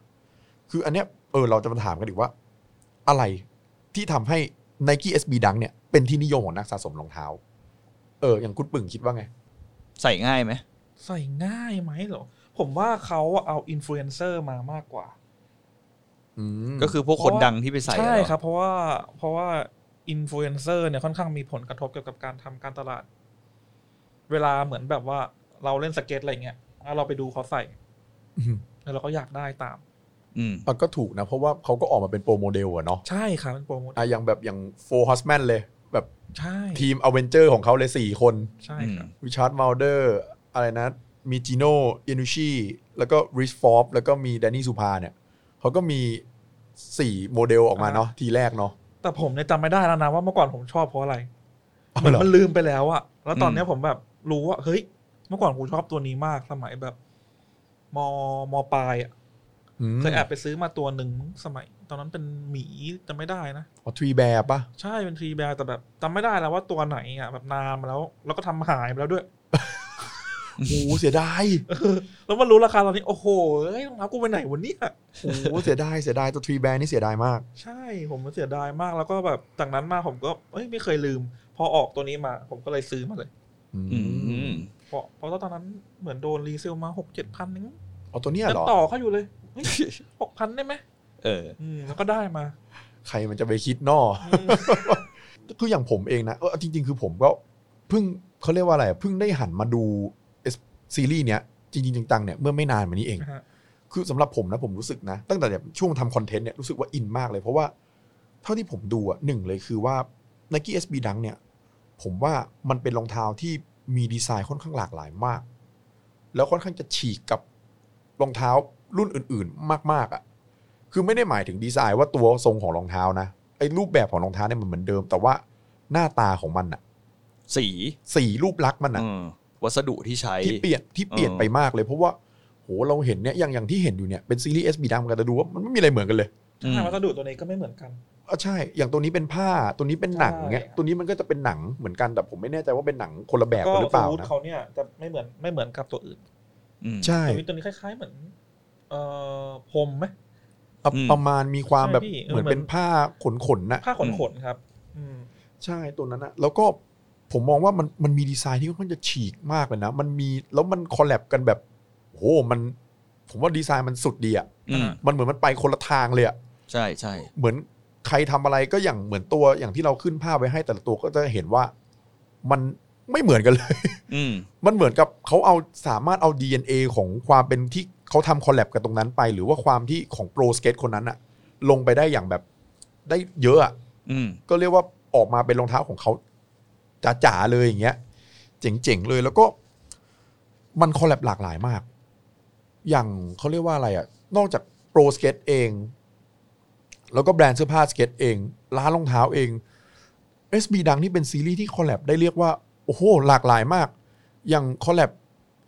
คืออันเนี้ยเออเราจะมาถามกันอีกว่า อะไรที่ทำให้ n i กี้ SB ดังเนี่ย เป็นที่นิยมของนักสะสมรองเท้า เออ อย่างคุณปึ่งคิดว่าไง ใส่ง่ายไหม ใส่ง่ายไหมเหรอ ผมว่าเขาเอาอินฟลูเอนเซอร์มามากกว่า อืม ก็คือพวกคนดังที่ไปใส่ ใช่ เหอ ครับ เพราะว่าเพราะว่าอินฟลูเอนเซอร์เนี่ยค่อนข้างมีผลกระทบเกี่ยวกับการทำการตลาด เวลาเหมือนแบบว่าเราเล่นสเก็ตอะไรเงี้ยแล้วเราไปดูเขาใส่ อืม แล้วเราก็อยากได้ตาม อืม มันก็ถูกนะ เพราะว่าเขาก็ออกมาเป็นโปรโมเดลอะเนาะ ใช่ครับเป็นโปรโมท อ่ะอย่างแบบอย่างโฟร์ฮอสแมนเลย แบบ ใช่ ทีมอเวนเจอร์ของเขาเลยสี่คน ใช่ครับ วิชาร์ดมาลเดอร์อะไรนะ มีจิโน่อินุชิแล้วก็ริชฟอร์บแล้วก็มีแดนนี่สุภาเนี่ยเขาก็มีสี่โมเดลออกมาเนาะทีแรกเนาะ แต่ผมเนี่ยจำไม่ได้แล้วนะว่าเมื่อก่อนผมชอบเพราะอะไร เอา เหมือน เหรอ มันลืมไปแล้วอะแล้วตอนเนี้ย อืม ผมแบบรู้ว่า เฮ้ย เมื่อก่อนกูชอบตัวนี้มากสมัยแบบมมปลายอะ อืม เคยแอบไปซื้อมาตัวหนึ่งสมัย ตอนนั้นเป็นหมีจะไม่ได้นะ อ๋อทรีแบร์ปะ ใช่เป็นทรีแบร์แต่แบบจำไม่ได้แล้วว่าตัวไหนอะแบบนานมาแล้ว แล้วก็ทำหายไปแล้วด้วย โอ้โหเสียดาย แล้วมารู้ราคาตอนนี้ โอ้โหเอ้ยรองเท้ากูไปไหนวันนี้อะ โอ้โหเสียดายเสียดายตัวทรีแบร์นี่เสียดายมาก ใช่ผมมันเสียดายมากแล้วก็แบบจากนั้นมาผมก็เอ้ยไม่เคยลืม พอออกตัวนี้มา ผมก็เลยซื้อมาเลย อื อื ม ม เพราะเพราะว่าตอนนั้นเหมือนโดนรีเซลมาหกเจ็ดพันนึง เอาตัวเนี้ย ยั เหรอ งต่อเขาอยู่เลยหกพัน ได้ไหม เออ อืมแล้วก็ได้มา ใครมันจะไปคิดนอ อืม คืออย่างผมเองนะเออจริง ๆ คือผมก็เพิ่งเขาเรียกว่าอะไรเพิ่งได้หันมาดูเอสซีรีส์เนี้ยจริงๆจังๆเนี่ยเมื่อไม่นานมานี้เอง นะฮะ คือสำหรับผมนะผมรู้สึกนะ ตั้งแต่แบบช่วงทำคอนเทนต์เนี่ยรู้สึกว่าอินมากเลย เพราะว่าเท่าที่ผมดูอ่ะหนึ่งเลยคือว่า n i k e SB ดังเนี่ย ผมว่ามันเป็นรองเท้าที่มีดีไซน์ค่อนข้างหลากหลายมาก แล้วค่อนข้างจะฉีกกับรองเท้ารุ่นอื่นๆ มากๆอ่ะคือไม่ได้หมายถึงดีไซน์ว่าตัวทรงของรองเท้านะไอ้รูปแบบของรองเท้าเนี่ยมันเหมือนเดิม แต่ว่าหน้าตาของมันอ่ะ สี สีรูปลักษณ์มันอ่ะ อืมวัสดุที่ใช้ ที่เปลี่ยนที่เปลี่ยน เออ ไปมากเลยเพราะว่าโหเราเห็นเนี่ยอย่างอย่างที่เห็นอยู่เนี่ยเป็นซีรีส์ SB ดำกันแต่ดูว่ามันไม่มีอะไรเหมือนกันเลย อืม ถ้าวัสดุตัวนี้ก็ไม่เหมือนกัน อ๋อใช่ อย่างตัวนี้เป็นผ้าตัวนี้เป็นหนังเนี่ย ใช่ ตัวนี้มันก็จะเป็นหนังเหมือนกันแต่ผมไม่แน่ใจว่าเป็นหนังคนละแบบ ก็ กันหรือเปล่า ฟูด นะ เขาเนี่ยจะไม่เหมือนไม่เหมือนกับตัวอื่น อืม ใช่ ตัวนี้ตัวนี้คล้าย ๆ เหมือน เอ่อพรมไหม เอา อืม ประมาณมีความแบบ ใช่พี่เออ เหมือน มัน เป็นผ้าขนๆน่ะ ผ้าขนขนๆครับ อืม ใช่ตัวนั้นนะแล้วก็ผมมองว่ามันมันมีดีไซน์ที่ค่อนข้างจะฉีกมากเลยนะ มันมีแล้วมันคอลแลบกันแบบโหมันผมว่าดีไซน์มันสุดดีอ่ะ อืม มันเหมือนมันไปคนละทางเลยอ่ะ ใช่ใช่ เหมือนใครทำอะไรก็อย่างเหมือนตัวอย่างที่เราขึ้นภาพไว้ให้แต่ละตัวก็จะเห็นว่ามันไม่เหมือนกันเลย อืม มันเหมือนกับเขาเอาสามารถเอา DNA ของความเป็นที่เขาทำคอลแลบกันตรงนั้นไป หรือว่าความที่ของโปรสเกตคนนั้นอะลงไปได้อย่างแบบได้เยอะอะ อืม ก็เรียกว่าออกมาเป็นรองเท้าของเขาจ๋าๆเลยอย่างเงี้ย เจ๋งๆเลยแล้วก็มันคอลแลบหลากหลายมาก อย่างเขาเรียกว่าอะไรอะนอกจากโปรสเกตเอง แล้วก็แบรนด์เสื้อผ้าสเก็ตเอง ร้านรองเท้าเอง SB ดังนี่เป็นซีรีส์ที่คอลแลบได้เรียกว่า โอ้โห หลากหลายมาก อย่างคอลแลบ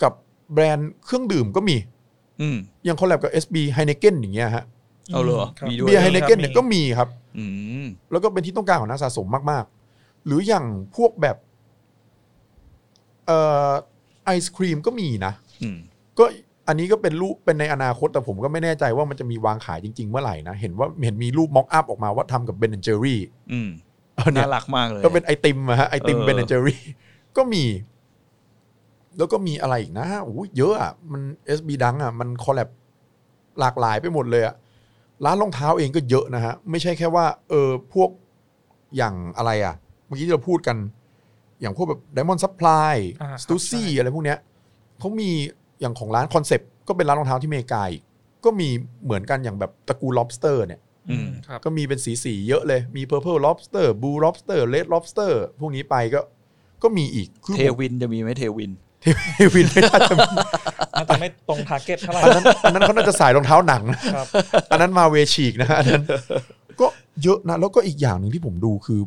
กับแบรนด์เครื่องดื่มก็มี อืม อย่างคอลแลบกับ SB h e i n e k e n อย่างเงี้ยฮะ เอาเหรอ ครับ มีด้วย เบียร์ไฮ ให้ เนเกนเนี่ยก็มีครับ อืม แล้วก็เป็นที่ต้องการของนักสะสมมากๆ หรืออย่างพวกแบบเอ่อไอศครีมก็มีนะ อืม ก็อันนี้ก็เป็นรูปเป็นในอนาคตแต่ผมก็ไม่แน่ใจว่ามันจะมีวางขายจริง ๆ เมื่อไหร่นะ เห็นว่าเห็นมีรูปม็อกอัพออกมาว่าทำกับเบนเจอรี่ อืม เนี่ย น่ารักมากเลย ก็เป็นไอติมอะฮะไอติม เออ เบนเจอรี่ ก็มี แล้วก็มีอะไรอีกนะอู้เยอะอะมัน SB ดังอะมันคอลแลบหลากหลายไปหมดเลยอะร้านรองเท้าเองก็เยอะนะฮะ ไม่ใช่แค่ว่า เออพวกอย่างอะไรอะเมื่อกี้ที่เราพูดกัน อย่างพวกแบบ Diamond Supply อ่าครับ s t u ซี่อะไรพวกเนี้ยเขามีอย่างของร้านคอนเซปต์ก็เป็นร้านรองเท้าที่อเมริกาอีกก็มีเหมือนกันอย่างแบบตระกูล lobster เนี่ย อืมครับ ก็มีเป็นสีสีๆเยอะเลย มี purple lobster blue lobster red lobster พวกนี้ไปก็ ก็มีอีกคือ เทวินจะมีไหมเทวิน เทวินไม่น่าจะมี น่าจะไม่ตรงทาร์เก็ตเท่าไหร่ อันนั้น อันนั้นเขาน่าจะสายรองเท้า หนัง ครับ อันนั้นมาเวชีกนะอันนั้น ก็เยอะนะ แล้วก็อีกอย่างหนึ่งที่ผมดูคือ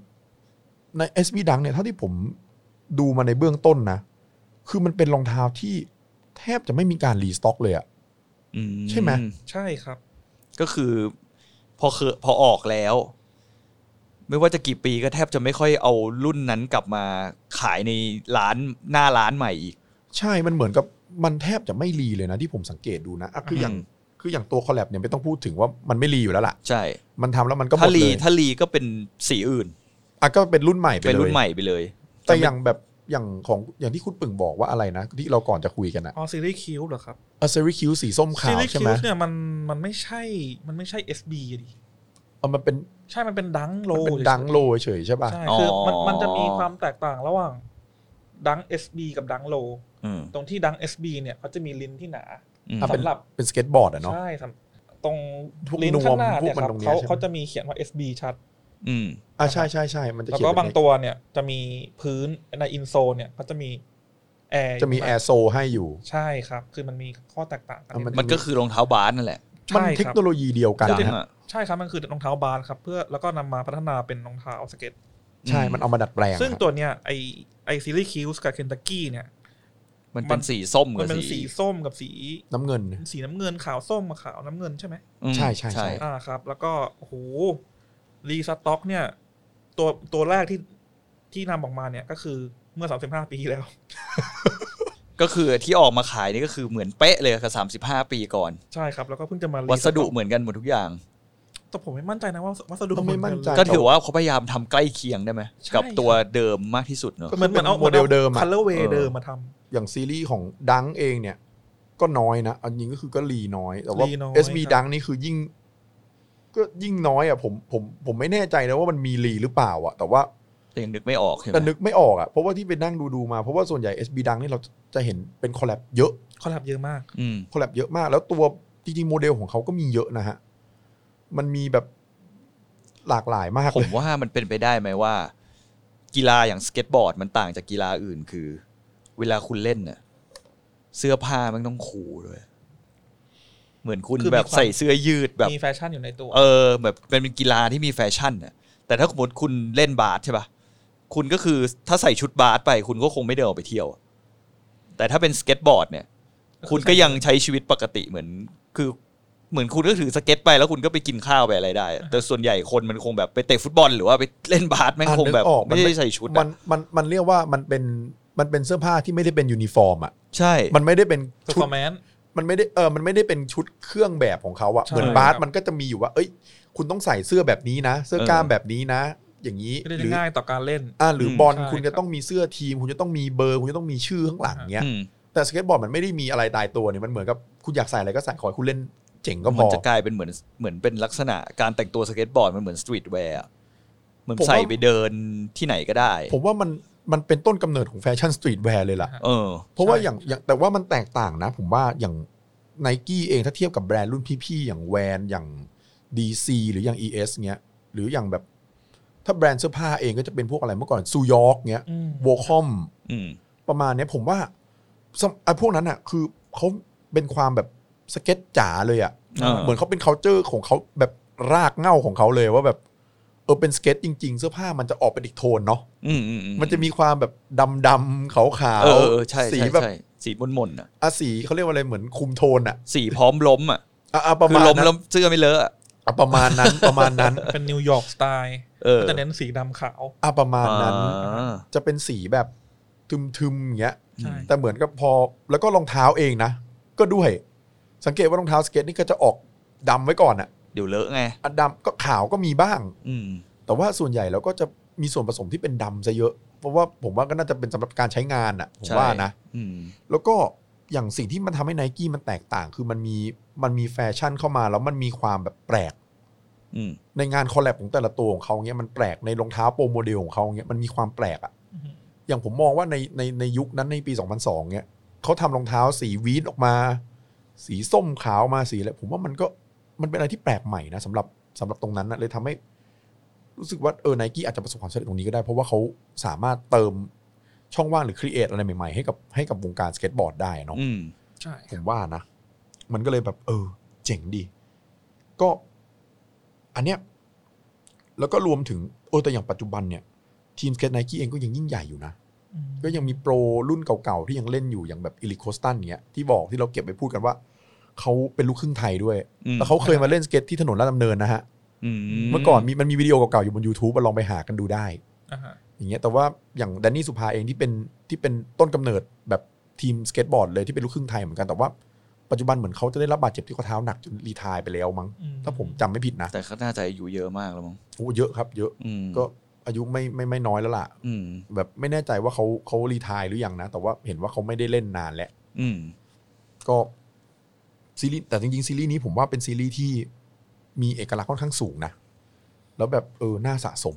ใน SB ดังเนี่ยเท่าที่ผมดูมาในเบื้องต้นนะ คือมันเป็นรองเท้าที่แทบจะไม่มีการรีสต็อกเลยอะ อืม ใช่ไหม ใช่ครับ ก็คือ พอเคยพอออกแล้ว ไม่ว่าจะกี่ปีก็แทบจะไม่ค่อยเอารุ่นนั้นกลับมาขายในร้านหน้าร้านใหม่อีก ใช่มันเหมือนกับมันแทบจะไม่รีเลยนะที่ผมสังเกตดูนะอ่ะคืออย่าง อืม คืออย่างตัวคอลแลบเนี่ยไม่ต้องพูดถึงว่ามันไม่รีอยู่แล้วล่ะ ใช่ มันทำแล้วมันก็หมดถ้าเล ลี ย ถ้าลีก็เป็นสีอื่น อ่ะก็เป็นรุ่นใหม่ไป เป็น เล รุ่ ย นใหม่ไปเลย แต่อย่างแบบอย่างของอย่างที่คุณปึ่งบอกว่าอะไรนะ ที่เราก่อนจะคุยกันอะ อ๋อซีรีส์คิวเหรอครับ เซริคิวสีส้มขา ซี ว รีส์ ใช่ คิ ไหม วเนี่ยมันมันไม่ใช่มันไม่ใช่ SB อะดิ เอามันเป็น ใช่มันเป็นดังโล มันเป็นดังโลเฉยๆใช่ป่ะ ใช่คือมันมันจะมีความแตกต่างระหว่างดัง SB กับดังโล อืม ตรงที่ดัง SB เนี่ยเขาจะมีลิ้นที่หนา อืม อ่ะเป็น สำหรับ เป็นสเก็ตบอร์ดอะเนาะ ใช่สำ ตรง พวก ลิ้น นวม ข้างหน้า พวก เนี่ย มัน ครับ ตรงเนี้ย เขา ใช่ไหม เขาจะมีเขียนว่า SB ชัด อืม อ่าใช่ใช่ใช่มันจะ แล้ว เขียนแบบก็าง บ ตัวเนี่ยจะมีพื้นในอินโซลเนี่ยเขาจะมีแอร์ จะมีแอร์โซให้อยู่ ใใช่ครับ คือมันมีข้อแตกต่างกัน อ่ะมัน นิดนึง มันก็คือรองเท้าบาสนั่นแหละ ใช่ มัน ครับ เทคโนโลยีเดียวกัน จริง นะ ๆอ่ะ ใช่ครับมันคือรองเท้าบานครับ เพื่อแล้วก็นำมาพัฒนาเป็นรองเท้าสเก็ต ใช่มันเอามาดัดแปลง ซึ่ง ครับ ตัวเนี้ยไอไอซีรีส์คิวส์กับเคนตักกี้เนี่ย มัน มั เป็น น สีส้ม มั กับ นเป็นสี สี ส้มกับสี น้ำเงิน สีน้ำเงินขาวส้มกับขาวน้ำเงินใช่ไหม อืม ใช่ใช่ใช่ อ่าครับ แล้วก็โอ้โหรีสต็อกเนี่ย ตัวตัวแรกที่ที่นำออกมาเนี่ย ก็คือเมื่อ 35 ปีที่แล้ว ก็คือที่ออกมาขายนี่ก็คือเหมือนเป๊ะเลยกับสามสิบห้าปีก่อน ใช่ครับ แล้วก็เพิ่งจะมา restock วัสดุเหมือนกันหมดทุกอย่าง แต่ผมไม่มั่นใจนะว่าวัสดุ ก็ไม่มั่นใจ เหอกั ก็ เลย ถือว่าเขาพยายามทำใกล้เคียงได้ไหม ใช่ กับตัวเดิมมากที่สุดเนอะ ก็ เหมือนเหมือนเอา โมเดลเดิมอะ คัลเลอร์เว เออ เดิมมาท อย่างซีรีส์ของดังเองเนี่ย ก็น้อยนะอันนี้ก็คือก็รีน้อย แต่ว่า รีน้อย SB ดังนี่คือยิ่ง ก็ยิ่งน้อยอ่ะผมผมผมไม่แน่ใจนะว่ามันมีรีหรือเปล่าอ่ะ แต่ว่า แต่ยังนึกไม่ออกใช่ไหม แต่นึกไม่ออกอ่ะเพราะว่าที่ไปนั่งดูดูมาเพราะว่าส่วนใหญ่ SB ดังนี่เราจะเห็นเป็นคอลแลบเยอะ ำคอลแลบเยอะมาก อืม คอลแลบเยอะมาก แล้วตัวจริงๆโมเดลของเขาก็มีเยอะนะฮะ มันมีแบบหลากหลายมาก ผ เล ม ย ว่ามันเป็นไปได้ไหมว่า กีฬาอย่างสเก็ตบอร์ดมันต่างจากกีฬาอื่นคือ เวลาคุณเล่นน่ะเสื้อผ้ามันต้องคูลด้วย เหมือนคุณ คือมี แบบ ความ ใส่เสื้อยืดแบบ มีแฟชั่นอยู่ในตัว เออ แบบมันเป็นกีฬาที่มีแฟชั่นน่ะแต่ถ้าสมมติคุณเล่นบาสใช่ปะคุณก็คือถ้าใส่ชุดบาสไป คุณก็คงไม่เดินออกไปเที่ยวอะแต่ถ้าเป็นสเก็ตบอร์ดเนี่ย คุณก็ยังใช้ชีวิตปกติเหมือนคือเหมือนคุณก็ถือสเก็ตไปแล้วคุณก็ไปกินข้าวไปอะไรได้ แต่ส่วนใหญ่คนมันคงแบบไปเตะฟุตบอลหรือว่าไปเล่นบาสแม่ง อ่ะ คงแบบ นึกออกมัน ไม่ได้ใส่ชุด มั อะ นมันมันเรียกว่ามันเป็นมันเป็นเสื้อผ้าที่ไม่ได้เป็นยูนิฟอร์มอ่ะ ใช่ มันไม่ได้เป็นชุด performance มันไม่ได้เออมันไม่ได้เป็นชุดเครื่องแบบของเขาอะ ใช่ เหมือนบาส ครับ มันก็จะมีอยู่ว่า เอ้ย คุณต้องใส่เสื้อแบบนี้นะ เสื้อกล้าม เออ แบบนี้นะ อย่างนี้ ก็เลย หรือ ง่ายต่อการเล่น อ่าหรืออ ม บอล ใช่ คุณ ครั จะ บ ต้องมีเสื้อทีม คุณจะต้องมีเบอร์คุณจะต้องมีชื่อข้างหลังเนี้ย อืม แต่สเก็ตบอร์ดมันไม่ได้มีอะไรตายตัวเนี่ยมันเหมือนกับคุณอยากใส่อะไรก็ใส่ขอให้คุณเล่นเจ๋งก็พ มัน อ จะกลายเป็นเหมือนเหมือนเป็นลักษณะการแต่งตัวสเก็ตบอร์ดมันเหมือนสตรีทแวร์อะเหมือน ผมว่า ใส่ไปเดินที่ไหนก็ได้ ผมว่ามันมันเป็นต้นกำเนิดของแฟชั่นสตรีทแวร์เลยล่ะ อ่ะ เออ เพราะว่า ใช่ อย่างอย่างแต่ว่ามันแตกต่างนะ ผมว่าอย่างไนกี้เองถ้าเทียบกับแบรนด์รุ่นพี่ๆ อย่างแวนอย่าง DC หรืออย่าง ES เงี้ยหรืออย่างแบบ ถ้าแบรนด์เสื้อผ้าเองก็จะเป็นพวกอะไรเมื่อก่อนซูยอร์กเงี้ย อืม โวคอม อืม ประมาณเนี้ยผมว่าสมไอ้พวกนั้นอ่ะคือเขาเป็นความแบบสเก็ตจ๋าเลยอ่ะ อ่า เหมือนเขาเป็น c u เจอร์ของเขาแบบรากเหง้าของเขาเลยว่าแบบเออเป็นสเก็ตจริง ๆ เสื้อผ้ามันจะออกเป็นอีกโทนเนาะ อืมอือื มันจะมีความแบบดำดำๆขาวขาว เออเออใช่ สี ใช่ แบบ ใช่สีมนมนๆอ่ะ อาสีเขาเรียกว่าอะไรเหมือนคุมโทนอะ สีพร้อมล้มอ่ะ อ่ะอ่ะประ คือ มาณ ล้ม นั้น แล้วเสื้อไม่เลอะอะ อ่ะประมาณนั้นประมาณนั้น เป็นนิวยอร์กสไตล์ เออ ก็จะเน้นสีดำขาว อ่ะประมาณนั้น อ่า จะเป็นสีแบบทึมๆอย่างเงี้ย ใช่ แต่เหมือนกับพอแล้วก็รองเท้าเองนะ ก็ด้วย สังเกตว่ารองเท้าสเก็ตนี่ก็จะออกดำไว้ก่อนอะ เดี๋ยวเลอะไง อ่ะดำก็ขาวก็มีบ้าง อืม แต่ว่าส่วนใหญ่เราก็จะมีส่วนผสมที่เป็นดำซะเยอะ เพราะว่าผมว่าก็น่าจะเป็นสำหรับการใช้งานอะผม ใช่ ว่านะ อืม แล้วก็อย่างสิ่งที่มันทำให้ไนกี้มันแตกต่าง คือมันมีมันมีแฟชั่นเข้ามาแล้วมันมีความแบบแปลก อืม ในงานคอลแลบของแต่ละตัวของเขาเงี้ยมันแปลกในรองเท้าโปรโมเดลของเขาเงี้ยมันมีความแปลกอะ อือฮึ อย่างผมมองว่าในในในยุคนั้นในปี 2002เงี้ยเขาทำรองเท้าสีวีดออกมา สีส้มขาวมาสีอะไรผมว่ามันก็มันเป็นอะไรที่แปลกใหม่นะสำหรับสำหรับตรงนั้นนะเลยทำให้ รู้สึกว่าเออไนกี้อาจจะประสบความสำเร็จตรงนี้ก็ได้ เพราะว่าเขาสามารถเติมช่องว่างหรือครีเอทอะไรใหม่ๆให้กับให้กับวงการสเก็ตบอร์ดได้เนาะ อืม ใช่ ผมว่านะ มันก็เลยแบบ เออ เจ๋งดี ก็อันเนี้ยแล้วก็รวมถึงโอ้แต่อย่างปัจจุบันเนี่ย ทีมสเก็ตไนกี้เองก็ยังยิ่งใหญ่อยู่นะ ก็ยังมีโปรรุ่นเก่าๆ ที่ยังเล่นอยู่อย่างแบบอิลิโคสตันเนี้ยที่บอกที่เราเก็บไปพูดกันว่า เขาเป็นลูกครึ่งไทยด้วย อืม แล้วเขาเคยมาเล่นสเก็ตที่ถนนลาดดำเนินนะฮะ เมื่อก่อนมีมันมีวิดีโอเก่าๆ อยู่บน YouTube อะลองไปหากันดูได้ อ่าฮะ อย่างเงี้ยแต่ว่าอย่างแดนนี่สุภาเองที่เป็นที่เป็นต้นกำเนิดแบบทีมสเก็ตบอร์ดเลยที่เป็นลูกครึ่งไทยเหมือนกันแต่ว่าปัจจุบันเหมือนเขาจะได้รับบาดเจ็บที่ข้อเท้าหนักจนรีไทายไปแล้วมั้ง อื ถ้าผมจำไม่ผิดนะ แต่เขาน่าจะอายู่เยอะมากแล้วมั้ง โอ้เยอะครับเยอะ อืม ก็อายุไม่ไม่ไม่น้อยแล้วล่ะ อืม แบบไม่แน่ใจว่าเขาเขารีไทายหรือยังนะ แต่ว่าเห็นว่าเขาไม่ได้เล่นนานแล้ว อืม ก็ซีรีส์แต่จริงๆ ซีรีส์นี้ผมว่าเป็นซีรีส์ที่มีเอกลักษณ์ค่อนข้างสูงนะ แล้วแบบเออน่าสะสม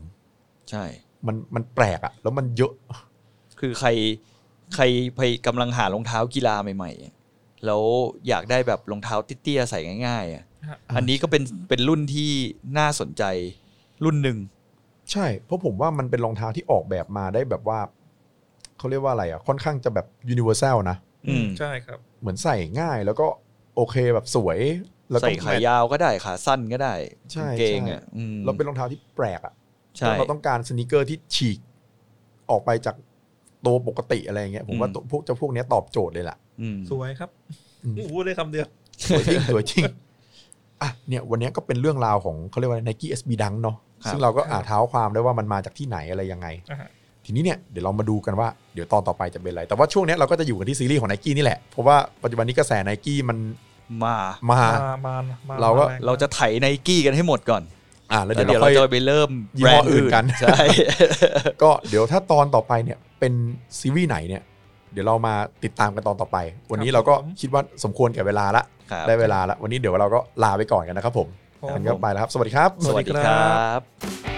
ใช่ มันมันแปลกอะแล้วมันเยอะ คือใครใครไปกำลังหารองเท้ากีฬาใหม่ๆอะแล้วอยากได้แบบรองเท้าเตี้ยๆใส่ง่ายๆอะ ฮะ อันนี้ก็เป็นเป็นรุ่นที่น่าสนใจรุ่นหนึ่ง ใช่ เพราะผมว่ามันเป็นรองเท้าที่ออกแบบมาได้แบบว่าเขาเรียกว่าอะไรอ่ะ ค่อนข้างจะแบบยูนิเวอร์แซลนะ อืม ใช่ครับ เหมือนใส่ง่ายแล้วก็โอเคแบบสวย แล้วก็ ใส่ขายาวก็ได้ขาสั้นก็ได้ ใช่ กางเกงอ่ะ ใช่ อืม เราเป็นรองเท้าที่แปลกอ่ะ ใช่ เราต้องการสนิเกอร์ที่ฉีก ออกไปจากตัวปกติอะไรอย่างเงี้ยผมว่า อืม ตัวพวกเจ้าพวกเนี้ยตอบโจทย์เลยล่ะ อืม สวยครับ อืม พูดเลยคำเดียว สวยจริ ง สวยจริงอ่ะเนี่ยวันเนี้ยก็เป็นเรื่องราวของเขาเรียกว่า Nike SB Dunk เนาะ ครับ ซึ่งเราก็ ครั อ่า บ เท้าความได้ว่ามันมาจากที่ไหนอะไรยังไง อ่ะฮะ ทีนี้เนี่ยเดี๋ยวเรามาดูกันว่าเดี๋ยวตอนต่อไปจะเป็นอะไร แต่ว่าช่วงเนี้ยเราก็จะอยู่กันที่ซีรีส์ของ Nike นี่แหละ เพราะว่าปัจจุบันนี้กระแส Nike มัน มา มา มามามา เราก็ มแง เราจะไถไนกี้กันให้หมดก่อน อ่าแล้ว แล้ว เดี๋ยว เดี๋ยว เรา เรา ค่อย จะไปเริ่ม ยี่ แบร ห้อน ด์อื่น อื่นกัน ใช่ ก็เดี๋ยวถ้าตอนต่อไปเนี่ยเป็นซีรีส์ไหนเนี่ยเดี๋ยวเรามาติดตามกันตอนต่อไป วันนี้เราก็คิดว่าสมควรแก่เวลาละ ครับ ได้เวลาละวันนี้เดี๋ยวเราก็ลาไปก่อนกันนะครับผม ผม งั้นก็ไปแล้วครับสวัสดีครับ สวัสดีครับ บ